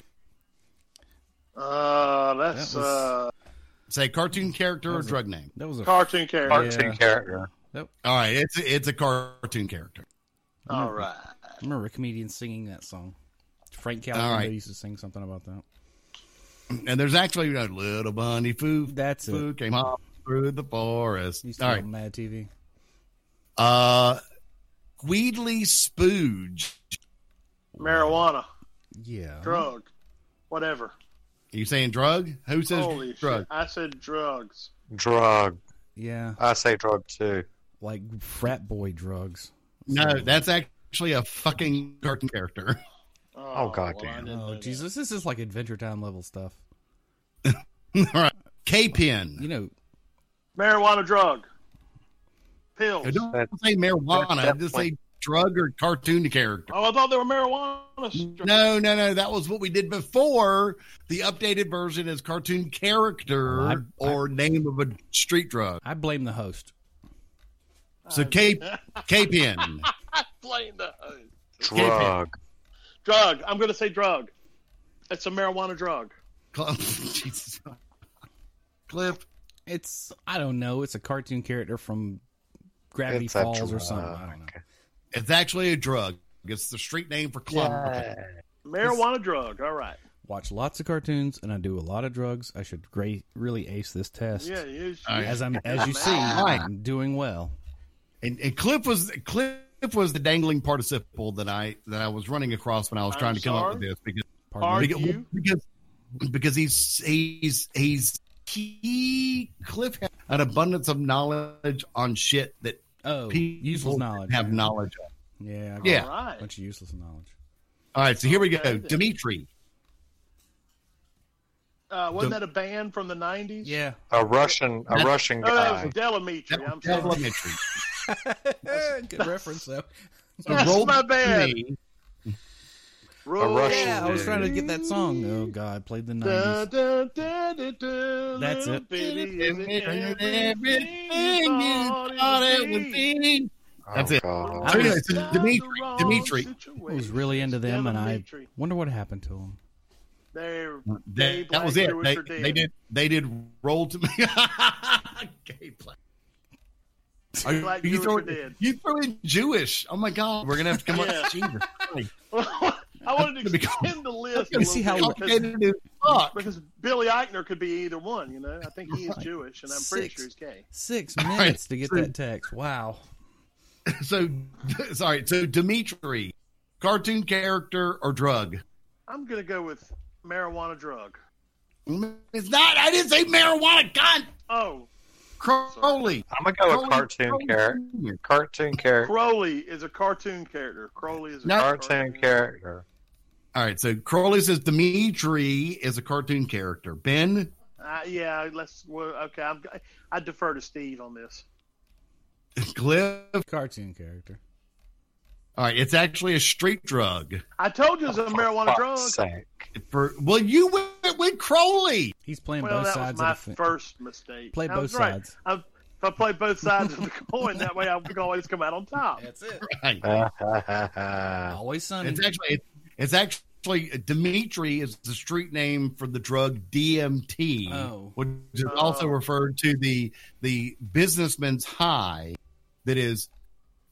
C: Uh, that's
E: That was-
C: uh
B: Say cartoon character or
E: was a-
B: drug name.
E: That was a.
C: cartoon character.
D: Cartoon
E: Yeah.
D: character.
B: All right, it's it's a cartoon character. Mm-hmm.
C: All right.
E: I remember a comedian singing that song. Frank
B: All
E: Calvin
B: right.
E: used to sing something about that.
B: And there's actually a little bunny foo
E: That's it.
B: foo came off through the forest.
E: He used to
B: All
E: be
B: right,
E: on Mad TV.
B: uh, Gweedly Spooge.
C: Marijuana,
E: Yeah.
C: drug, whatever.
B: Are you saying drug? Who says
C: Holy
B: drug?
C: shit! I said drugs.
D: Drug.
E: Yeah.
D: I say drug too.
E: Like frat boy drugs.
B: No, that's actually a fucking cartoon character.
C: Oh,
D: God
C: well, I
D: damn.
C: didn't know
E: Oh
C: that.
E: Jesus! This is like Adventure Time level stuff.
B: All right, K Pin.
E: You know,
C: Marijuana drug. Pills.
B: Don't
D: That's-
B: say marijuana.
D: that's
B: Just
D: definitely-
B: say drug or cartoon character.
C: Oh, I thought they were marijuana. drugs.
B: No, no, no. That was what we did before. The updated version is cartoon character
E: Oh, I- I-
B: or name of a street drug.
E: I blame the host.
B: So K K Pin.
C: Blame the hood.
D: Drug.
C: uh, drug. I'm gonna say drug. It's a marijuana drug.
B: Cl- Jesus. Cliff.
E: It's I don't know. It's a cartoon character from Gravity
D: It's a
E: Falls or something. I don't know.
D: drug.
B: It's actually a drug. It's the street name for club.
C: Marijuana drug. All right.
E: Watch lots of cartoons and I do a lot of drugs. I should great, really ace this test.
C: Yeah. You,
B: All right.
E: As I'm, as you see,
B: Right.
E: I'm doing well.
B: And, and Cliff was Cliff was the dangling participle that I that I was running across when I was
C: I'm
B: trying to come up
C: sorry?
B: with this because
E: Pardon
C: Are
E: me.
B: because,
C: you?
B: because because he's he's he's he Cliff had an abundance of knowledge on shit that
E: Oh,
B: people
E: useless knowledge.
B: have knowledge of.
E: Yeah. I got
B: Yeah.
C: All
E: A
C: right.
E: bunch of useless knowledge.
B: All right, so here we
C: Okay,
B: go.
C: then.
B: Dimitri.
C: Uh, wasn't
B: The-
C: that a band from the '90s?
E: Yeah. Uh,
D: A Russian. A
B: That-
D: Russian
C: Oh, that
D: guy.
C: was Delamitri.
B: That
C: I'm
B: was
C: sorry.
B: elementary.
E: Good reference though.
B: So
C: That's
B: roll
C: my bad.
B: me.
C: Roll
D: Russian
E: Yeah, I was
D: dude.
E: trying to get that song. Oh God, played the
C: Da,
E: nineties.
C: da, da, da, da,
E: That's
C: little
E: it.
C: bitty, is it
B: Everything
C: everything
B: you thought it would be.
D: Oh,
B: That's it.
D: God.
B: So anyway, so Dimitri, Dimitri,
E: I was really into them, and I
C: Delamitri.
E: wonder what happened to them.
C: They're
B: They-
C: They
B: that was
C: blanked
B: it.
C: you
B: They,
C: with your
B: they
C: dead.
B: did. They did roll to me. Gay black. Are you,
C: Black
B: you
C: Jewish
B: throwing-
C: or dead.
B: you throwing Jewish? Oh my God, we're gonna have to come
C: Yeah.
B: up. Jesus. Christ.
C: I wanted to
B: That's gonna be
C: extend the list.
E: You see
C: a little
E: how-
C: bit because,
B: Complicated as fuck.
C: because Billy Eichner could be either one. You know, I think he is Jewish, and I'm pretty
E: Six.
C: sure he's gay.
E: Six
B: right.
E: minutes to get that text. Wow.
B: So, sorry. So Dimitri, cartoon character or drug?
C: I'm gonna go with marijuana drug.
B: It's not. I didn't say marijuana. God,
C: Oh,
B: Crowley.
D: I'm gonna go with cartoon character. Cartoon character.
C: Crowley is a cartoon character. Crowley is a
B: No.
D: Cartoon character.
B: All right. So Crowley says Dimitri is a cartoon character. Ben.
C: Uh, yeah, let's. Well, okay, I'm, I defer to Steve on this.
B: Cliff. All
E: Cartoon character.
B: right. It's actually a street drug.
C: I told you it's a
D: For
C: marijuana
D: fuck's
C: drug.
D: sake.
B: For well, you went with Crowley.
E: He's playing
C: Well,
E: both
C: that was
E: sides
C: my
E: of the fence.
C: first mistake.
E: Play
C: I
E: both
C: was right.
E: sides.
C: I, if I play both sides of the coin, that way I can always come out on top.
E: That's it.
B: Right.
D: Uh,
E: Always sunny.
B: It's actually it's actually Dimitri is the street name for the drug DMT,
E: Oh.
B: which is also
C: Oh.
B: referred to the the businessman's high. That is,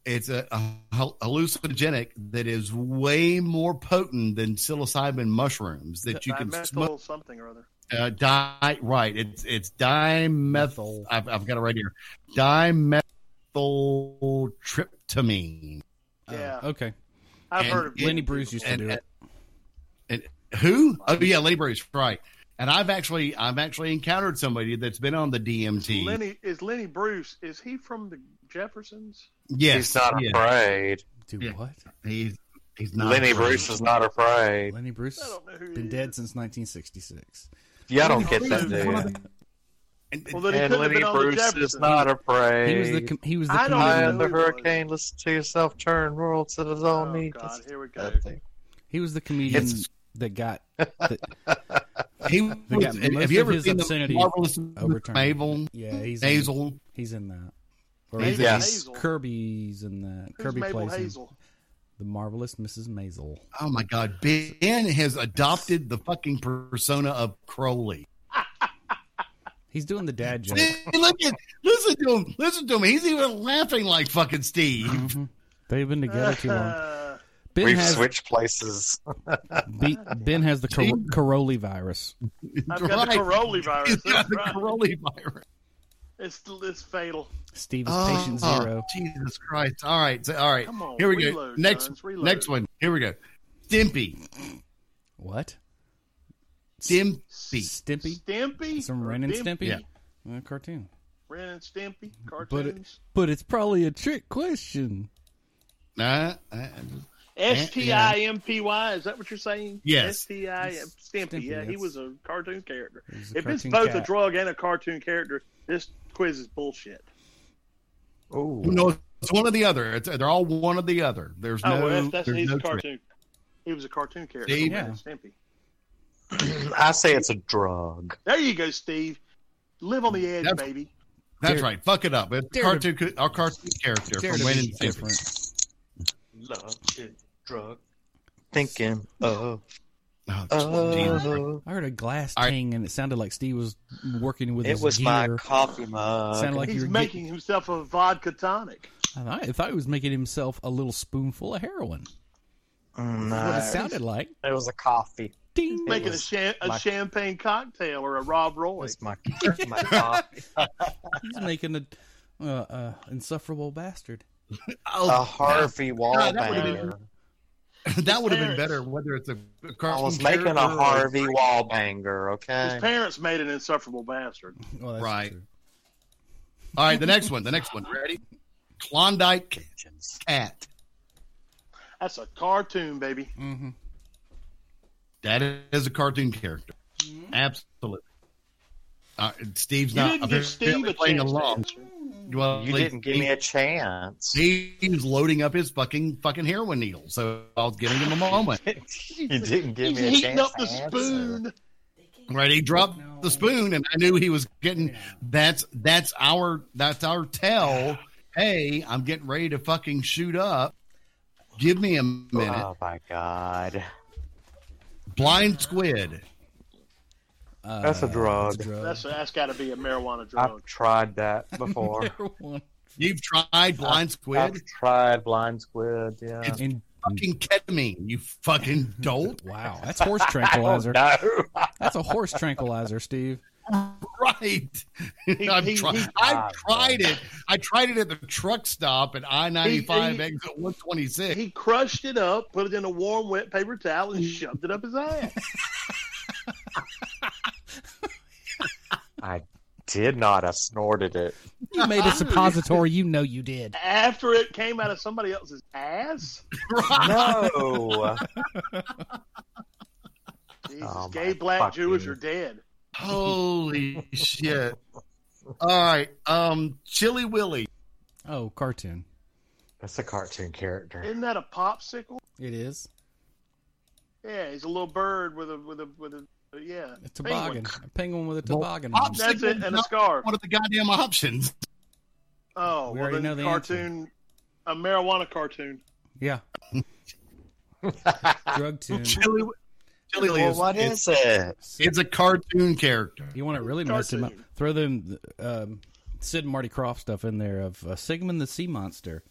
B: it's a, a hal- hallucinogenic that is way more potent than psilocybin mushrooms that you can
C: Dimethyl
B: smoke.
C: something or other.
B: Uh, di right. It's it's dimethyl. I've, I've got it right here. Dimethyltryptamine.
C: Yeah,
E: Oh, okay.
C: I've
B: and
C: heard of
B: it-
E: Lenny Bruce used to
B: and-
E: do it.
B: and- Who? Oh yeah, Lenny Bruce. Right. And I've actually I've actually encountered somebody that's been on the DMT.
C: Lenny is Lenny Bruce. Is he from the Jeffersons?
B: yes,
D: He's not
B: yes.
D: afraid.
E: Do
B: Yeah.
E: what?
B: He's he's not
D: Lenny
B: afraid.
D: Bruce is not afraid.
E: Lenny Bruce
C: I don't know who he
E: been
C: is.
E: dead since 1966.
D: Yeah, I don't get that,
B: Lenny Bruce
D: do you?
B: And-
C: Well, then he
D: And
C: couldn't have
D: Lenny
C: been on the
D: Bruce is
C: Jeffersons.
D: not afraid.
E: He was the com- he was the
C: I don't
D: Eye
E: comedian.
D: on the
C: Who was-
D: hurricane, listen to yourself, turn world to the
C: Oh,
D: zone. need
C: God,
D: to-
C: here we go.
D: that thing.
E: He was the comedian
D: It's-
E: that got that,
B: He was,
E: got
B: have
E: most
B: you
E: of
B: ever
E: his
B: seen the
E: obscenity
B: marvelous
E: overturned.
B: Mavel,
E: yeah, he's in,
B: Hazel?
E: he's in that. Or
C: Mabel
E: he's
D: Yes.
C: Hazel.
E: Kirby's in that.
C: Who's
E: Kirby
C: Mabel
E: plays him.
C: Hazel?
E: the marvelous Mrs. Maisel.
B: Oh my God, Ben has adopted the fucking persona of Crowley.
E: He's doing the dad joke.
B: See, look at, listen to him, listen to him. He's even laughing like fucking Steve.
E: Mhm. They've been together too long.
C: Uh,
E: Ben
D: We've
E: has
D: switched places.
E: Be- Ben has the cor- Caroli virus.
C: I've got the Caroli virus.
B: He's got
C: That's
B: the
C: right.
B: Crowley virus.
C: It's it's fatal.
E: Steve is patient
B: Oh,
E: zero.
B: Jesus Christ! All right, so, all right.
C: Come on,
B: Here we go.
C: reload,
B: Next,
C: Jones, reload.
B: next one. Here we go. Stimpy,
E: What?
B: Stimpy.
E: Stimpy?
C: Stimpy.
E: Some
C: or
E: Ren and
C: Dimp-
E: Stimpy?
B: Yeah.
E: Uh, cartoon.
C: Ren and Stimpy
E: But
C: cartoons.
E: but it's probably a trick question.
B: Uh, uh,
C: S T I M P Y. Is that what you're saying?
B: Yes.
C: S T I M Stimpy.
E: Stimpy,
C: Yeah, he
E: that's-
C: was a cartoon character.
E: He was a
C: If it's
E: cartoon
C: both a
E: cat.
C: drug and a cartoon character, this quiz is bullshit.
D: Ooh.
B: no, it's one or the other. It's, they're all one or the other. There's
C: Oh,
B: no.
C: well, that's, that's
B: there's
C: he's
B: no
C: a
B: trick.
C: cartoon. He was a cartoon character.
B: Steve?
C: Ren and Stimpy.
D: I say it's a drug.
C: There you go, Steve. Live on the edge,
B: That's-
C: baby.
B: That's
E: Dare-
B: right. Fuck it up. It's
E: Dare to-
B: cartoon, our cartoon character
E: Dare
B: from
E: to
B: Wayne
E: be
B: and Stimpy.
E: different.
D: Love is drug. Thinking of
B: Oh, Jesus Christ.
D: oh,
E: I heard a glass
B: All right.
E: ting and it sounded like Steve was working with
D: it
E: his
D: was
E: gear.
D: my coffee mug.
E: Sounded like you
C: He's
E: were
C: making himself a vodka tonic.
E: getting, I thought he was making himself a little spoonful of heroin. That's What it
D: Mm, Nice.
E: sounded like.
D: It was a coffee.
E: Ding.
D: It
C: Making a,
D: was
C: cham- a
D: my-
C: champagne cocktail or a Rob
D: It
C: Roy.
D: was my, my coffee.
E: He's making a uh, uh, insufferable bastard.
D: A
B: Oh,
D: Harvey
B: that would've
D: Wallbanger.
B: been- that would have been
C: parents.
B: better whether it's a
D: I
B: cartoon
D: was making
B: character
D: a
B: or-
D: Harvey Wallbanger, okay?
C: His parents made an insufferable bastard.
E: Well, that's
B: Right.
E: true.
B: All right, the next one. The next one. Ready? Klondike cat.
C: That's a cartoon, baby.
E: Mhm.
B: That is a cartoon character. Absolutely. Uh, Steve's
C: You
B: not
C: didn't give Steve
B: apparently
C: a
B: playing
C: chance. to
B: along.
C: answer.
B: Well,
D: You
B: like,
D: didn't give me a chance.
B: Steve's loading up his fucking fucking heroin needle, so I was giving him a moment.
D: You didn't give
C: He's
D: me a chance.
C: heating up the
D: to answer.
C: spoon.
B: Right, he dropped the spoon, and I knew he was getting. That's that's our that's our tell. Hey, I'm getting ready to fucking shoot up. Give me a minute.
D: Oh my god.
B: Blind squid.
E: Uh,
D: That's a drug.
E: it's
C: That's that's got to be a marijuana
D: I've
C: drug.
D: tried that before.
E: Heroin.
B: You've tried blind squid.
D: I've tried blind squid, yeah.
B: It's
E: And-
B: fucking ketamine. You fucking dolt.
E: wow, that's horse
D: Oh,
E: tranquilizer.
D: no.
E: That's a horse tranquilizer, Steve.
B: right. I've,
C: he-
B: tri-
C: he-
B: I've tried it. I tried it at the truck stop at I ninety five
C: He- he-
B: exit one twenty six.
C: He crushed it up, put it in a warm, wet paper towel, and shoved it up his ass.
D: I did not. I snorted it.
E: You made a suppository. You know you did.
C: After it came out of somebody else's ass,
B: Right.
D: No.
C: Jesus,
D: Oh, my
C: gay black
D: fuck,
C: Jews
D: dude.
C: are dead.
B: Holy shit. All right. Um Chili Willy.
E: Oh, cartoon.
D: That's a cartoon character.
C: Isn't that a popsicle?
E: It is
C: Yeah, he's a little bird with a with a with a yeah.
E: a toboggan.
C: penguin.
E: A penguin with a
B: Well,
E: toboggan.
B: Popsicle
E: on it.
C: That's it, and a
B: Not
C: scarf.
B: One of the goddamn options.
C: Oh,
E: We
C: well,
E: already
C: then
E: know the
C: cartoon, a marijuana cartoon.
E: yeah. drug tune.
B: Chili Chili Willy
D: well,
B: is,
D: what
B: is
D: is it?
B: it's a cartoon character.
E: You want to really mess him up?
C: Cartoon.
E: Throw them um, Sid and Marty Croft stuff in there of uh, Sigmund the Sea Monster.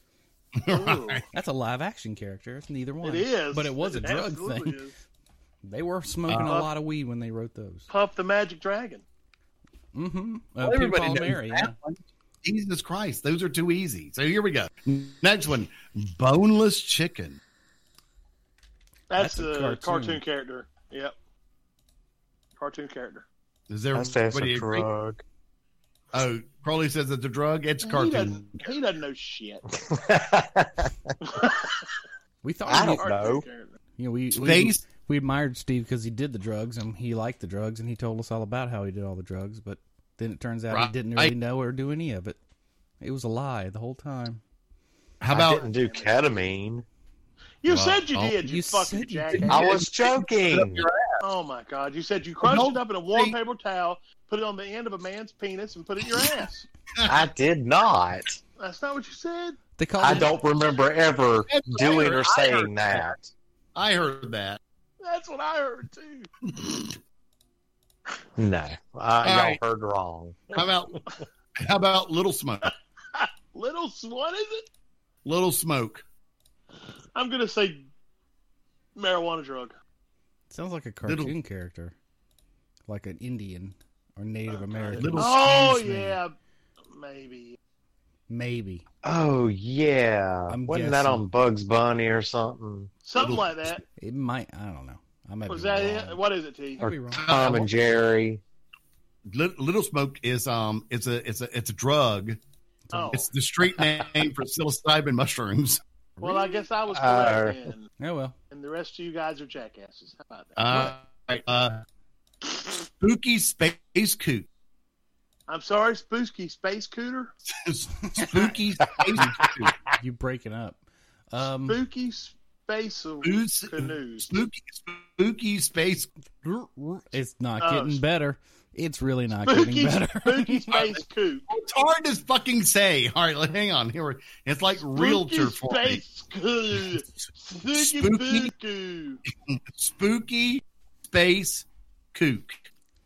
C: Ooh,
E: That's a live action character. It's neither one.
C: it is,
E: But it was a drug
C: absolutely
E: thing.
C: is.
E: They were smoking
C: Uh,
E: a lot of weed when they wrote those.
C: Puff the Magic Dragon.
E: Mm-hmm. Uh,
B: Well,
E: Ping
B: everybody
E: Pong
B: knows
E: Mary.
B: that
E: Yeah.
B: one. Jesus Christ, those are too easy. So here we go. Next one, boneless chicken.
C: That's,
E: That's a
C: a,
E: cartoon.
C: cartoon. character. Yep. cartoon character.
B: Does everybody agree?
D: drug.
B: Oh, Crowley says it's a drug. It's a
C: He
B: cartoon.
C: doesn't, he doesn't know shit.
E: We thought
D: I
E: we-
D: don't
C: Cartoon
D: know.
C: character.
E: You know, we we,
B: Space.
E: we admired Steve because he did the drugs and he liked the drugs and he told us all about how he did all the drugs, but then it turns out
B: Right.
E: he didn't really know or do any of it. It was a lie the whole time.
B: How
D: I
B: about
D: didn't do ketamine.
C: You
B: Well,
C: said you
B: oh,
C: did, you,
E: you
C: fucking
E: said you
C: jackass.
E: did.
D: I was joking.
C: Oh my god! You said you crushed
B: No,
C: it up in a warm
B: see-
C: paper towel, put it on the end of a man's penis, and put it in your ass.
D: I did not.
C: That's not what you said.
E: They called
D: I
E: it-
D: don't remember ever
B: Oh. That's right.
D: doing or
B: I heard
D: saying that.
B: I heard that?
C: That's what I heard too.
D: No, uh, y'all
B: right.
D: heard wrong.
B: How about how about Little Smoke?
C: Little s- what is it?
B: Little Smoke.
C: I'm gonna say marijuana drug.
E: sounds like a
B: Little-
E: cartoon character, like an Indian or Native
C: Okay.
E: American.
B: Little-
C: Oh
E: Excuse me.
C: yeah, maybe.
E: Maybe
D: Oh yeah,
E: I'm
D: wasn't that
E: guessing.
D: on Bugs Bunny or something?
C: Something
B: Little-
C: like that.
E: it might. I don't know. I might
C: Was
E: be
C: that
E: wrong.
C: it? What is it, T?
E: Might be wrong.
D: Tom and Jerry.
B: Little, Little Smoke is um it's a it's a it's a drug.
C: Oh,
B: It's the street name for psilocybin mushrooms.
C: well, I guess I was
D: Uh,
C: correct, then,
E: Oh well.
C: and the rest of you guys are jackasses. How about that?
B: Uh, uh spooky space coot.
C: I'm sorry, Spoosky Space Cooter.
B: spooky space coot.
E: You breaking up? Um,
C: Spooky Space
B: Who's-
C: Canoes.
B: Spooky spooky space
E: it's not
C: Oh,
E: getting
C: sh-
E: better. It's really not
C: Spooky,
E: getting better.
C: spooky Space Coot.
B: It's hard to fucking say. All right, hang on. Here we're, it's like realtor for me.
C: Space Coot. Spooky
B: Spooky-
C: Buku.
B: Spooky space kook.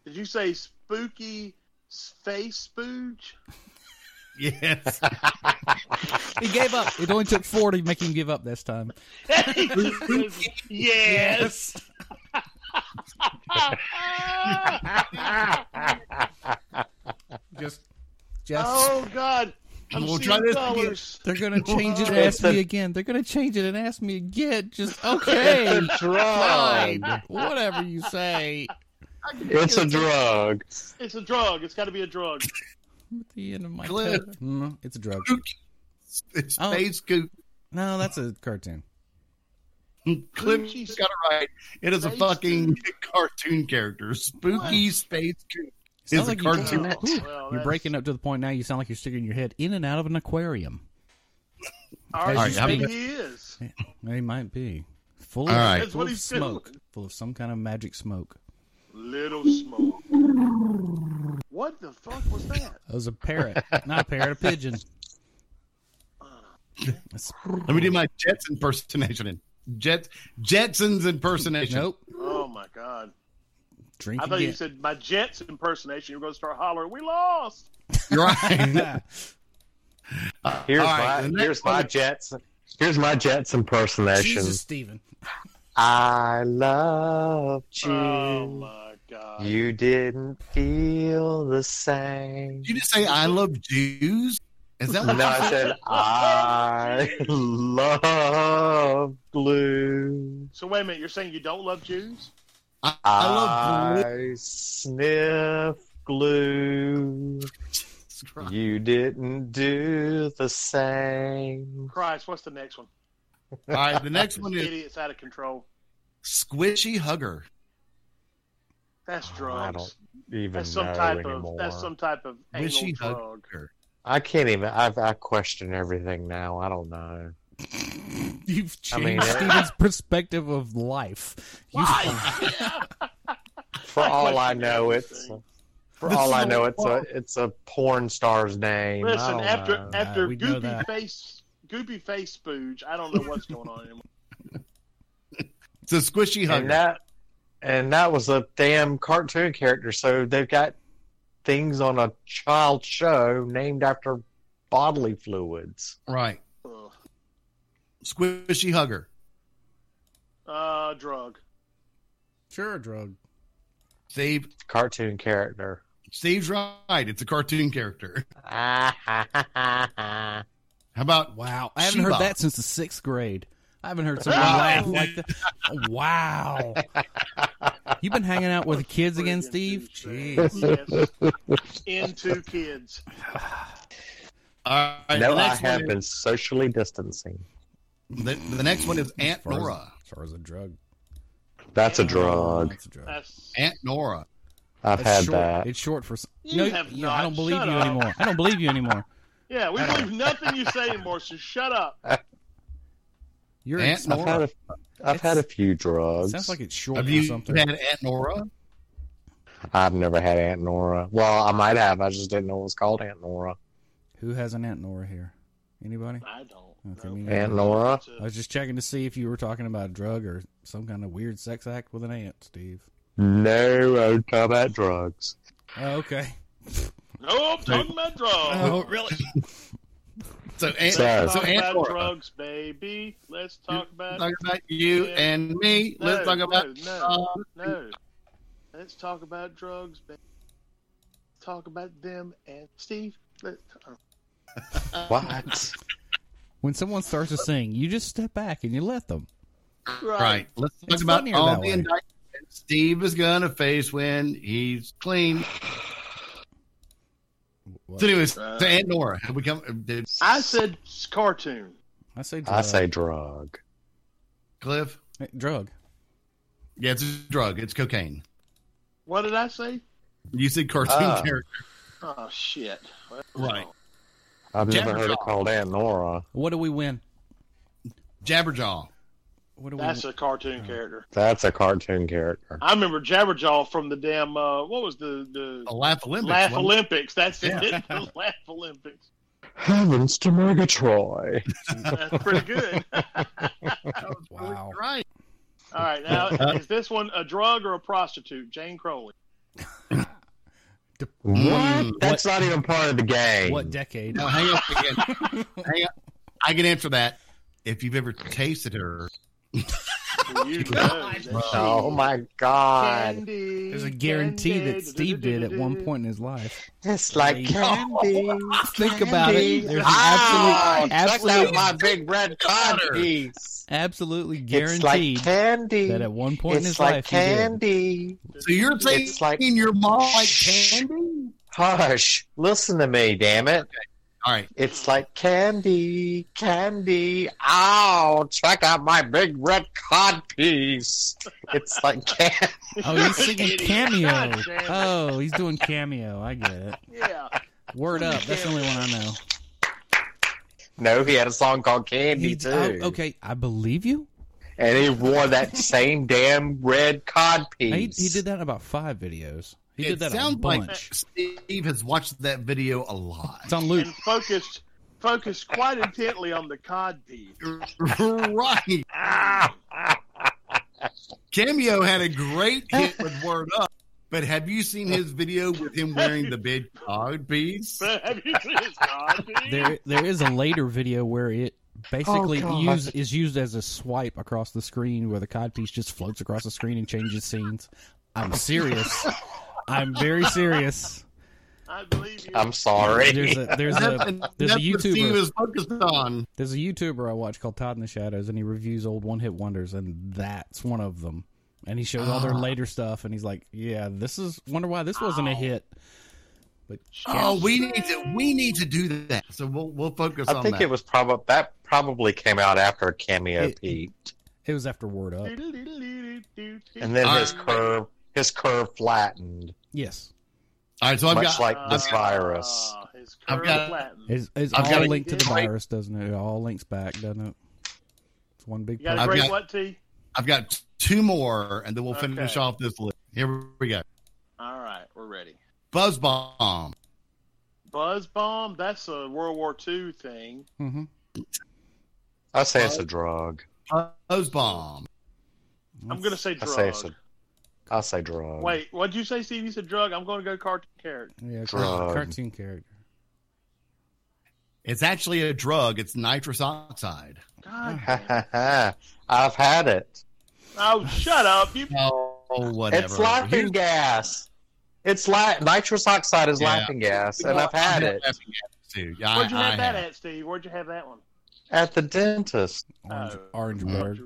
C: Did you say spooky space spooge?
B: Yes.
E: He gave up. It only took four to make him give up this time.
C: yes.
D: ah.
E: Just, just.
C: oh God. I'm
B: We'll
C: seeing
B: try this again.
C: colors.
E: They're gonna change it and
D: It's
E: ask me
D: the-
E: again. They're gonna change it and ask me again. Just okay,
D: It's a drug.
E: fine, whatever you say.
D: It's a drug.
C: It's a drug. It's got to be a drug.
E: At the end of my
B: Cliff.
E: tether. Mm, it's a drug.
B: It's
E: Oh.
B: space kook.
E: No, that's a cartoon.
B: Cliff's got it right. It is a
C: Space
B: fucking cartoon character. Spooky space kook. It's
E: Sounds
B: a
E: like you-
B: cartoon.
E: Oh, Ooh,
C: well,
E: you're
C: that's-
E: breaking up to the point now. You sound like you're sticking your head in and out of an aquarium.
C: All right,
B: All
C: you
B: right, I'm-
C: think he is.
E: They might be full of,
B: All right.
C: That's
E: full
C: what
E: of
C: he's
E: smoke,
C: doing.
E: full of some kind of magic smoke.
C: Little smoke. What the fuck was that?
E: That was a parrot, not a parrot, a pigeon. It's-
B: Let me do my Jets impersonation. Jets Jetsons impersonation.
E: Nope.
C: Oh my God.
E: Drink
C: I thought you
E: again.
C: said my Jets impersonation. You're going to start hollering, "We lost."
B: You're right.
D: Here's
B: All right,
D: my
B: the next
D: here's my
B: one-
D: Jets. Here's my Jets impersonation.
E: Jesus, Steven.
D: I love you.
C: Oh my God.
D: You didn't feel the same.
B: Did you just say I love Jews? Is that what
D: No, I said I love glue.
C: So wait a minute. You're saying you don't love Jews?
B: I, I love
D: I, sniff glue.
B: Christ.
D: You didn't do the same.
C: Christ, what's the next one?
B: All right, the next one is
C: Idiot's out of control.
B: Squishy Hugger.
C: That's drugs.
D: I don't even
C: that's some
D: know
C: type
D: anymore.
C: of. That's some type of anal
B: Wishy hug-
C: drug.
D: I can't even. I, I question everything now. I don't know.
E: You've
D: I
E: changed
D: mean, it-
E: Steven's perspective of life. You-
C: Why?
D: For all I know, it's
C: everything.
D: for
B: This
D: all
B: is
D: I
B: a
D: know, it's a
B: lot.
D: it's a porn star's name. I
C: Listen,
D: don't
C: after
D: know.
E: Nah,
C: after
E: we know
C: goopy
E: that.
C: face goopy face spooge, I don't know what's going on anymore.
B: It's a squishy hugger.
D: and that and that was a damn cartoon character. So they've got things on a child show named after bodily fluids.
B: right.
C: Ugh.
B: Squishy hugger.
C: Uh, drug.
E: sure, drug.
B: Steve
D: Cartoon character.
B: Steve's right. It's a cartoon character.
D: Ah, ha, ha, ha, ha.
B: How about
E: Wow, I haven't
B: Sheba.
E: heard that since the sixth grade. I haven't heard someone laugh like that. Wow. You've been hanging out with the kids again, Steve? Jeez.
C: Yes. Into kids.
B: All right,
D: no,
B: the
D: I
B: next one
D: have
B: is-
D: been socially distancing.
B: The, the next one is Aunt
F: far as-
B: Nora.
F: As far as a drug.
D: That's a drug.
F: That's a drug.
C: That's
B: Aunt Nora.
D: I've
E: That's
D: had
E: short.
D: that.
E: It's short for. s-
C: You
E: no,
C: have
E: you-
C: not.
E: I don't believe
C: Shut
E: you
C: up.
E: anymore. I don't believe you anymore.
C: yeah. We believe nothing you say anymore. So shut up.
E: You're
B: Aunt
E: smart.
D: I've had a, I've had a few drugs.
E: Sounds like it's short
B: Have
E: for
B: you
E: something.
B: had Aunt Nora?
D: I've never had Aunt Nora. Well, I might have. I just didn't know it was called Aunt Nora.
E: Who has an Aunt Nora here? Anybody?
C: I don't.
E: Okay,
C: know.
E: me neither.
D: Aunt Nora.
E: I was just checking to see if you were talking about a drug or some kind of weird sex act with an aunt, Steve.
D: No, I don't talk about drugs.
E: Oh, okay.
C: No, I'm talking about drugs.
E: Oh, really?
B: So Aunt,
D: Sir.
B: so
C: Talk
B: Aunt
C: about
B: Nora.
C: drugs, baby. Let's talk about
B: Talk about you
C: Yeah.
B: and me.
C: No,
B: Let's talk about
C: no, no,
B: uh,
C: no. Let's talk about drugs, baby. Talk about them and Steve. Let, uh,
D: What?
E: When someone starts to sing, you just step back and you let them.
B: right. Let's talk
E: It's
B: about
E: funnier
B: all
E: that
B: the
E: way.
B: indictments Steve is gonna face when he's clean.
E: What?
B: So, anyways,
C: Uh,
B: to Aunt Nora, have we come? Did
C: I said s- cartoon.
E: I say drug.
D: I say drug.
B: Cliff?
E: Eh, drug.
B: Yeah, it's a drug. It's cocaine.
C: What did I say?
B: You said cartoon
D: Ah.
B: character,
C: Oh shit! Well,
B: right?
D: I've never
B: Jabberjaw.
D: heard it called Aunt Nora.
E: What do we win?
B: Jabberjaw.
E: What do we
C: That's
E: win?
C: a cartoon character.
D: That's a cartoon character.
C: I remember Jabberjaw from the damn. Uh, what was the the
B: A laugh Olympics.
C: Laugh
B: wasn't it?
C: Olympics? That's
B: Yeah.
C: it. The Laugh Olympics.
D: Heavens to Murgatroyd.
C: That's pretty good.
E: Wow.
B: Right.
C: All right, now is this one a drug or a prostitute? Jane Crowley.
D: What?
B: Mm.
D: That's not even part of the game.
E: What decade?
B: Now hang up again. hang up. I can answer that. If you've ever tasted her,
C: You know that
D: oh my god.
C: candy,
E: There's a guarantee
C: candy,
E: that Steve did at one point in his life.
D: It's like candy.
E: Think about it. There's an
D: Ah,
E: absolute,
D: check out
E: absolute,
D: my big red cod piece.
E: absolutely
D: It's like
E: guaranteed
D: candy.
E: that at one point in
D: It's
E: his
D: like
E: life he did.
D: candy.
B: so you're saying
D: It's like-
B: your mom like
D: Shh.
B: candy?
D: Hush. Listen to me, damn it.
B: All right,
D: It's like candy, candy. Ow, check out my big red cod piece. It's like candy.
E: Oh, he's singing
C: Idiot.
E: cameo.
C: God damn it.
E: Oh, he's doing cameo. I get it.
C: Yeah.
E: Word up. That's the only one I know.
D: No, he had a song called Candy,
E: He-
D: too.
E: oh, okay, I believe you.
D: And he wore that same damn red cod piece.
E: He, he did that in about five videos. He did
B: it
E: that a
B: sounds
E: bunch.
B: like Steve has watched that video a lot.
E: it's on loop.
C: And focused focused quite intently on the cod piece.
B: right.
D: Ah,
B: Cameo had a great hit with Word Up, but have you seen his video with him wearing the big cod piece?
C: Have you seen his cod piece?
E: There, there is a later video where it basically
D: Oh, God.
E: use, is used as a swipe across the screen, where the codpiece just floats across the screen and changes scenes. I'm serious. I'm very serious.
C: I believe you.
D: I'm sorry.
E: There's a there's a
B: And
E: there's a
B: that's what Steve
E: YouTuber
B: is focused on.
E: there's a YouTuber I watch called Todd in the Shadows, and he reviews old one hit wonders, and that's one of them. And he shows all their later stuff, and he's like, "Yeah, this is wonder why this wasn't a hit." But
B: Oh, we need to we need to do that. So we'll we'll focus
D: I
B: on
D: think
B: that.
D: it was probably that probably came out after Cameo
E: It-
D: Pete,
E: it was after Word
C: Mm-hmm.
E: Up.
D: and then
E: uh,
B: All
D: his curve his curve flattened,
E: Yes,
B: All right, so I've
D: much
B: got
D: like this virus.
C: Ah, Uh, his
B: I've
C: curved
B: got-
C: platinum.
E: it's, it's
B: I've
E: all
B: got
C: a-
E: linked to the
B: Right.
E: virus, doesn't it? It all links back, doesn't it? It's one big.
C: you got a
B: I've
C: great
B: got-
C: what T?
B: I've got two more, and then we'll finish
C: Okay.
B: off this list. Here we go.
C: All right, we're ready.
B: Buzz bomb.
C: Buzz bomb, that's a World War II thing.
E: hmm uh,
D: I say it's a drug.
B: Buzz bomb.
C: I'm gonna say
D: I
C: drug.
D: say it's a. I say drug.
C: Wait, what'd you say, Steve? You said drug. I'm gonna go cartoon character.
E: yeah,
D: Drug.
E: cartoon character.
B: It's actually a drug. It's nitrous oxide.
C: God.
D: Ha, ha, ha. I've had it.
C: Oh, shut up. You
B: Oh, whatever.
D: It's laughing
B: Here's-
D: gas. It's la- nitrous oxide is
B: Yeah.
D: laughing gas, and I've had it.
B: Too. Yeah, I-
C: Where'd you
B: I
C: have that
B: have.
C: at, Steve? Where'd you have that one? Oh.
D: at the dentist.
E: Orange, Orangeburg,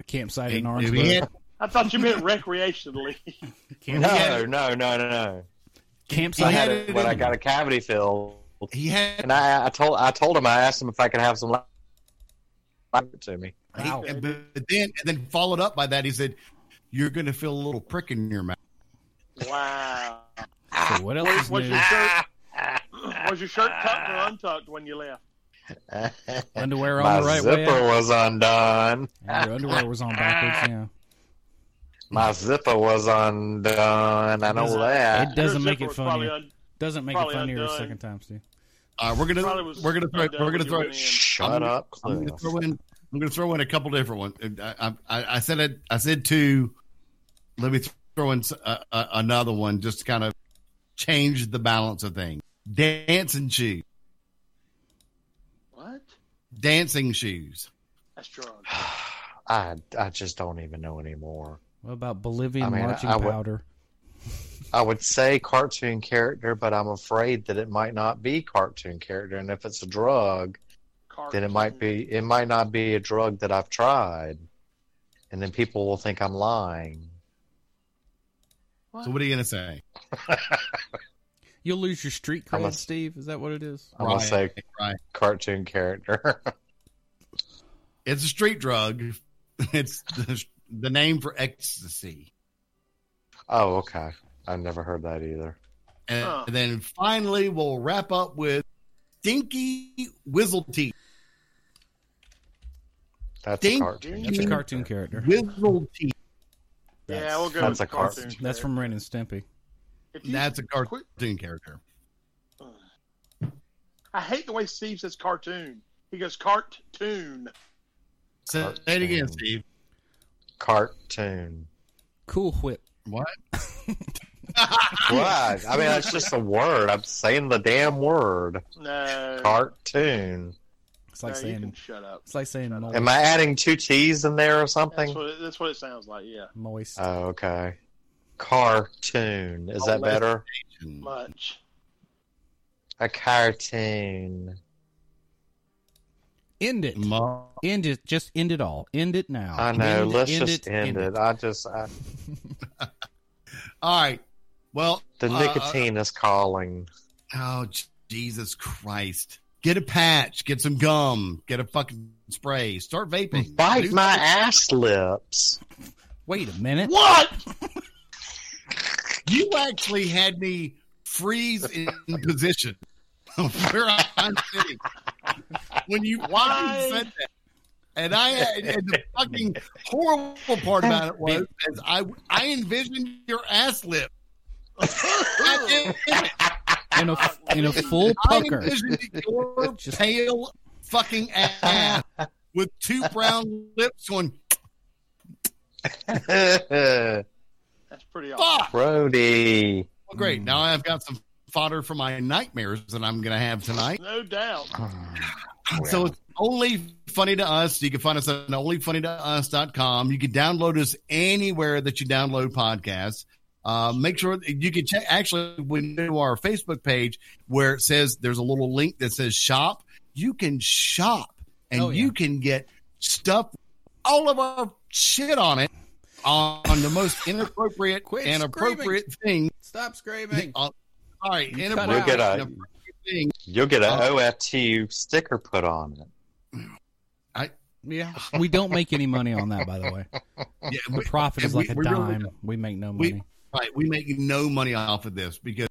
E: a campsite in
B: If he
E: Orangeburg,
B: had-
C: I thought you meant recreationally.
E: Camp,
D: No, no, no, no, no. I
E: campsite.
D: had
B: had it
D: it when
B: in
D: I
B: him.
D: got a cavity filled,
B: he had
D: and I, I told I told him I asked him if I could have some. la- Give it to me.
B: He-
E: Wow.
B: but but then and then followed up by that, he said, "You're going to feel a little prick in your mouth."
C: Wow.
E: So what else is
C: What's
E: new?
C: your shirt? Was your shirt tucked or untucked when you left?
E: Underwear on
D: My
E: the right way.
D: zipper
E: out.
D: was undone.
E: Yeah, Your underwear was on backwards. Yeah.
D: My zipper was undone. I know
E: Doesn't-
D: that.
E: It doesn't
C: Your
E: make
C: zipper
E: it
C: was probably
E: funnier.
C: un-
E: Doesn't make it
C: probably
E: funnier the
C: undone.
E: second time, Steve.
B: Uh, we're gonna
C: Probably was
B: we're gonna throw
C: undone
B: we're gonna
C: when you
B: throw
C: went in.
D: Shut
B: I'm-
D: up,
B: I'm gonna
D: Cliff.
B: throw in. I'm going to throw in a couple different ones. And I, I, I said it. I said two. Let me throw in uh, uh, another one just to kind of change the balance of things. Dancing shoes.
C: What?
B: Dancing shoes.
C: That's drunk.
D: I I just don't even know anymore.
E: What about Bolivian
D: I mean, I-
E: marching
D: I would-
E: powder?
D: I would say cartoon character, but I'm afraid that it might not be cartoon character. And if it's a drug, then it might be it might not be a drug that I've tried. And then people will think I'm lying.
B: So what are you going to say?
E: You'll lose your street
D: I'm
E: cred,
D: a-
E: Steve. Is that what it is?
D: I'm gonna say
B: right.
D: cartoon character.
B: It's a street drug. It's the, the name for ecstasy.
D: oh, okay. I've never heard that either.
B: And
C: Huh.
B: then finally, we'll wrap up with stinky whizzle teeth.
D: That's
B: Ding,
D: a cartoon.
E: That's a
B: ding.
E: cartoon character.
B: Whizzle teeth.
C: Yeah, we'll go
D: That's
C: with
D: a cartoon.
C: cartoon.
E: That's from Ren and Stimpy.
C: If you-
B: That's a cartoon character.
C: I hate the way Steve says cartoon. He goes cartoon.
B: Say it again,
D: Cartoon.
B: Steve.
D: Cartoon.
E: Cool whip.
B: What?
D: What? I mean, that's just a word. I'm saying the damn word.
C: No.
D: Cartoon.
E: It's like
C: no, you can
E: saying
C: shut up.
E: it's like saying moist.
D: Am I adding two T's in there or
C: That's
D: something?
C: what, it, that's what it sounds like. Yeah.
E: moist.
D: Oh, okay. Cartoon. Is that
C: Unless-
D: better?
C: Much.
D: A cartoon.
E: End it.
B: Mo-
E: End it. Just end it all. End it now.
D: I know.
E: End-
D: Let's just end, it.
E: it.
D: I just I,
B: All right. Well,
D: the
B: uh,
D: nicotine is calling.
B: uh, oh, j- Jesus Christ. Get a patch. Get some gum. Get a fucking spray. Start vaping.
D: Bite
B: Do-
D: my ass lips.
E: Wait a minute.
C: What?
B: You actually had me freeze in position of where I'm sitting when you
C: Why?
B: fucking said that. And I and the fucking horrible part about it was is I I envisioned your ass lip. God damn it.
E: In a in a full
B: I
E: pucker.
B: envisioned your
E: Just-
B: pale fucking ass with two brown lips going
C: That's pretty awesome.
B: fuck.
D: Brody.
B: Well,
E: Hmm.
B: great. Now I've got some fodder for my nightmares that I'm gonna have tonight.
C: No doubt.
B: So it's only funny to us. You can find us at onlyfunnytous.com. You can download us anywhere that you download podcasts. Uh, make sure that you can check. Actually, when you go to our Facebook page where it says there's a little link that says shop, you can shop and
E: Oh, yeah.
B: you can get stuff, all of our shit on it, on the most inappropriate
E: Quit
B: and appropriate thing.
E: Stop screaming.
B: Uh, all right,
E: You cut
B: inappropriate and
D: at
E: out. Look
D: that.
B: appropriate thing.
D: You'll get an
B: Uh,
D: OFTU sticker put on it.
E: Yeah. We don't make any money on that, by the way.
B: Yeah,
E: The
B: we-
E: profit
B: and
E: is like a
B: we- we really
E: dime.
B: don't.
E: we make no
B: We-
E: money.
B: right, we make no money off of this because.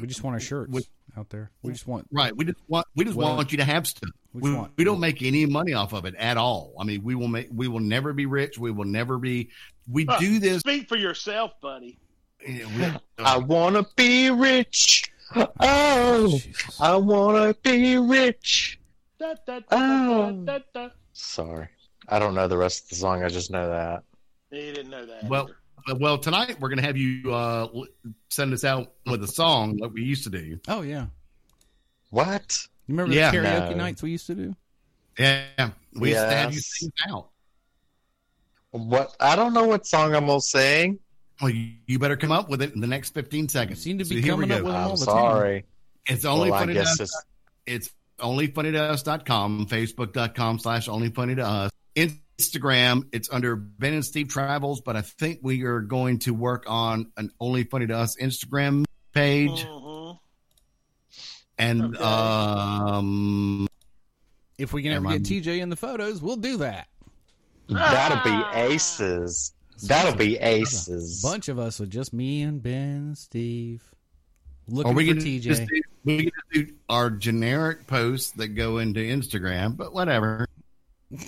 E: We, just want our shirts
B: we-
E: out there. We just want.
B: Right. We just want we just
E: Well,
B: want you to have stuff.
E: We,
B: We,
E: just want,
B: we don't make any money off of it at all. I mean, we will make we will never be rich. We will never be. We
C: Huh.
B: do this.
C: Speak for yourself, buddy.
B: yeah, we-
D: I wanna be rich. Oh,
E: Jesus.
D: I wanna be rich.
C: Da, da, da, da,
D: Oh.
C: da, da, da.
D: Sorry, I don't know the rest of the song. I just know that.
C: He didn't know that.
B: Well, well, tonight we're gonna have you uh, l- send us out with a song like we used to do.
E: Oh yeah.
D: What?
E: You remember
B: Yeah.
E: the karaoke
D: No.
E: nights we used to do?
B: Yeah, we used to have you
D: Yes.
B: sing us out.
D: What? I don't know what song I'm gonna sing.
B: Well, you, you better come up with it in the next fifteen
E: You
B: seconds.
E: seem to
B: So
E: be
B: here we
E: coming up
B: go.
E: with them all
D: I'm
E: the
D: sorry.
B: It's only
D: well, I
B: funny.
D: guess
B: Enough.
D: it's
B: It's onlyfunnytous.com, facebook.com slash onlyfunnytous. Instagram, it's under Ben and Steve Travels, but I think we are going to work on an Only Funny to Us Instagram page.
C: Mhm.
B: And
C: Okay.
B: um,
E: If we can
B: Am
E: ever
B: I-
E: get TJ in the photos, we'll do that.
D: That'll
F: Ah.
D: be aces. That'll be aces.
E: Bunch of us with just me and Ben, Steve. Looking
B: are we
E: for
B: going to
E: TJ.
B: just do, we get to do our generic posts that go into Instagram, but whatever.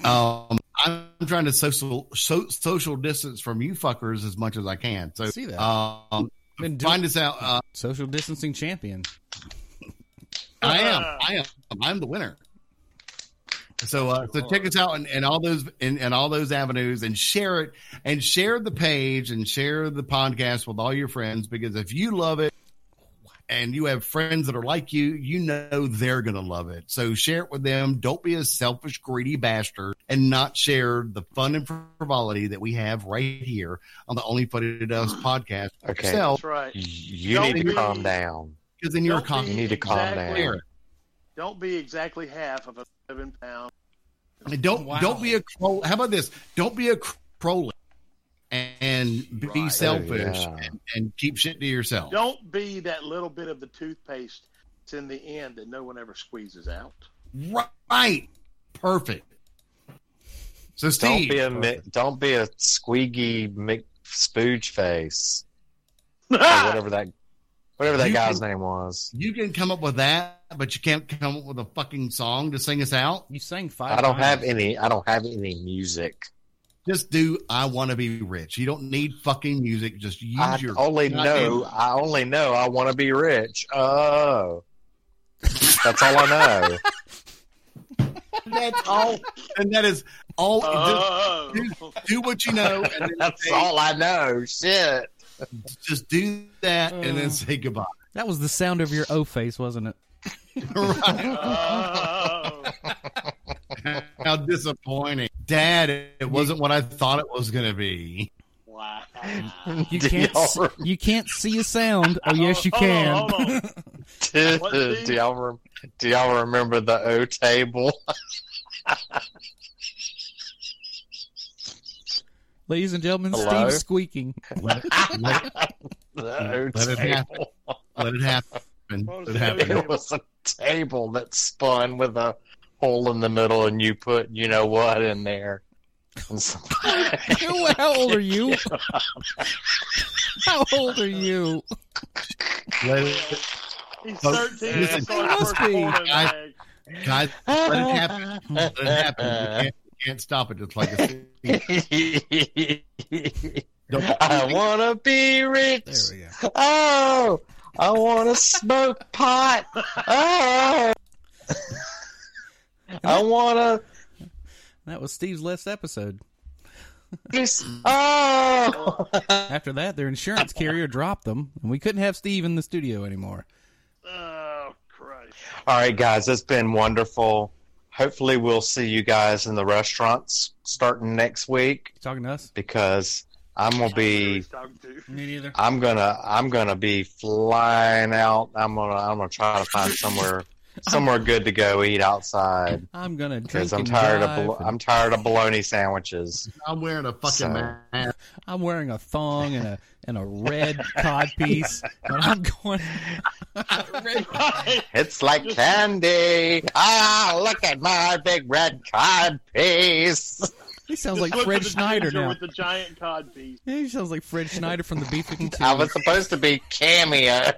B: Um, I'm trying to social so, social distance from you fuckers as much as I can. So
E: See that.
B: um,
E: Been doing-
B: find us out. Uh,
E: Social distancing champion.
B: I
C: Uh.
B: am. I am. I'm the winner. So uh, so check us out and, and all those and, and all those avenues and share it and share the page and share the podcast with all your friends because if you love it and you have friends that are like you, you know they're gonna love it. So share it with them. Don't be a selfish, greedy bastard and not share the fun and frivolity that we have right here on the Only Funny to Us podcast.
D: Okay.
B: Yourself,
C: That's right.
D: You
C: Don't
D: need
C: be-
D: to calm down.
B: because in your
C: Don't be
B: comment,
D: You need to calm
C: exactly-
D: down.
C: Don't be exactly half of a seven pound.
B: I mean, don't
E: Wow.
B: don't be a crow. How about this? Don't be a crowley and, and be
C: Right.
B: selfish
D: Oh, yeah.
B: and, and keep shit to yourself.
C: Don't be that little bit of the toothpaste that's in the end that no one ever squeezes out.
B: Right. Perfect. So
D: Don't
B: Steve,
D: be a mi- don't be a squeaky Mc spooge face or
C: Ah!
D: whatever that whatever that
B: You
D: guy's name was.
B: you can come up with that, but you can't come up with a fucking song to sing us out.
E: You sang five.
D: I don't
E: times.
D: have any. I don't have any music.
B: Just do "I Want to Be Rich." You don't need fucking music. Just use
D: I
B: your.
D: only
B: goddamn-
D: know. I only know. I want to be rich. Oh, that's all I know.
B: That's all, and that is all.
E: Uh-huh.
C: Oh.
B: just do what you know, and then
D: That's
B: say-
D: all I know. Shit.
B: just do that, and
E: Uh.
B: then say goodbye.
E: That was the sound of your O face, wasn't it?
B: right.
C: Oh.
B: How disappointing. Dad, it wasn't what I thought it was going to be.
C: Wow.
E: You
D: Do
E: can't.
D: y'all
E: s- You can't see a sound. Oh yes, you
C: Hold on,
E: can.
C: hold on.
D: Do,
C: What, Steve?
D: do y'all rem- do y'all remember the O table?
E: Ladies and gentlemen,
D: Hello?
E: Steve squeaking.
B: Let it, let it-
D: The O
B: Let it
D: table.
B: let it happen. Let it happen.
D: It was a table that spun with a hole in the middle, and you put you know what in there. And some-
E: How old are you? How old are you?
B: Let it,
C: He's
B: Oh,
C: 13.
B: listen,
C: That's all
E: it
C: I
E: must
C: work
E: be.
C: on,
B: I-
C: man.
B: guys, let it happen. Let it happen. You can't, you can't stop it. Just like a Don't-
D: I want to be
E: There
D: rich.
E: we go.
D: Oh, I want to smoke pot. Oh, I want
E: That was Steve's last episode.
D: to. Oh,
E: After that, their insurance carrier dropped them, and we couldn't have Steve in the studio anymore.
C: Oh, Christ.
D: all right, guys, it's been wonderful. Hopefully, we'll see you guys in the restaurants starting next week
E: You talking to us?
D: because I'm gonna be.
C: He's talking to-
E: Me neither.
D: I'm gonna I'm gonna be flying out. I'm gonna I'm gonna try to find somewhere somewhere good to go eat outside
E: I'm gonna drink
D: because I'm
E: and
D: tired of
E: drive
D: bolo-
E: and-
D: I'm tired of bologna sandwiches.
B: I'm wearing a fucking
D: So-
B: mask.
E: I'm wearing a thong and a and a red cod piece, but I'm going. red,
D: It's like candy. Ah, look at my big red cod piece.
E: he sounds like
C: Look at
E: Fred
C: the
E: Schneider
C: ginger
E: now.
C: With the giant cod piece.
E: Yeah, he sounds like Fred Schneider from the B fifty two.
D: I was supposed to be cameo.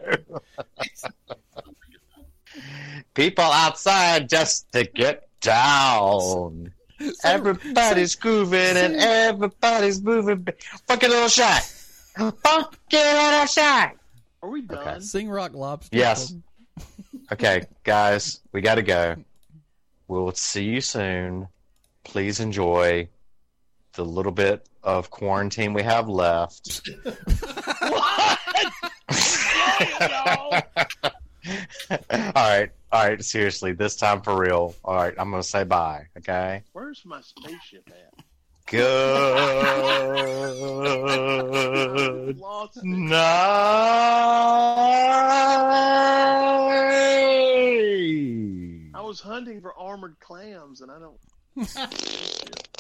D: People outside just to get down. Everybody's grooving and everybody's moving. Fucking little shot. Fucking little shot.
C: Are we done?
D: Okay.
E: Sing Rock Lobster.
D: Yes. Okay, guys, we gotta go. We'll see you soon. Please enjoy the little bit of quarantine we have left.
C: y'all.
D: all right, all right, seriously, this time for real. All right, I'm gonna say bye, okay?
C: Where's my spaceship at?
D: Good
C: Lost it.
D: night.
C: I was was hunting for armored clams, and I don't.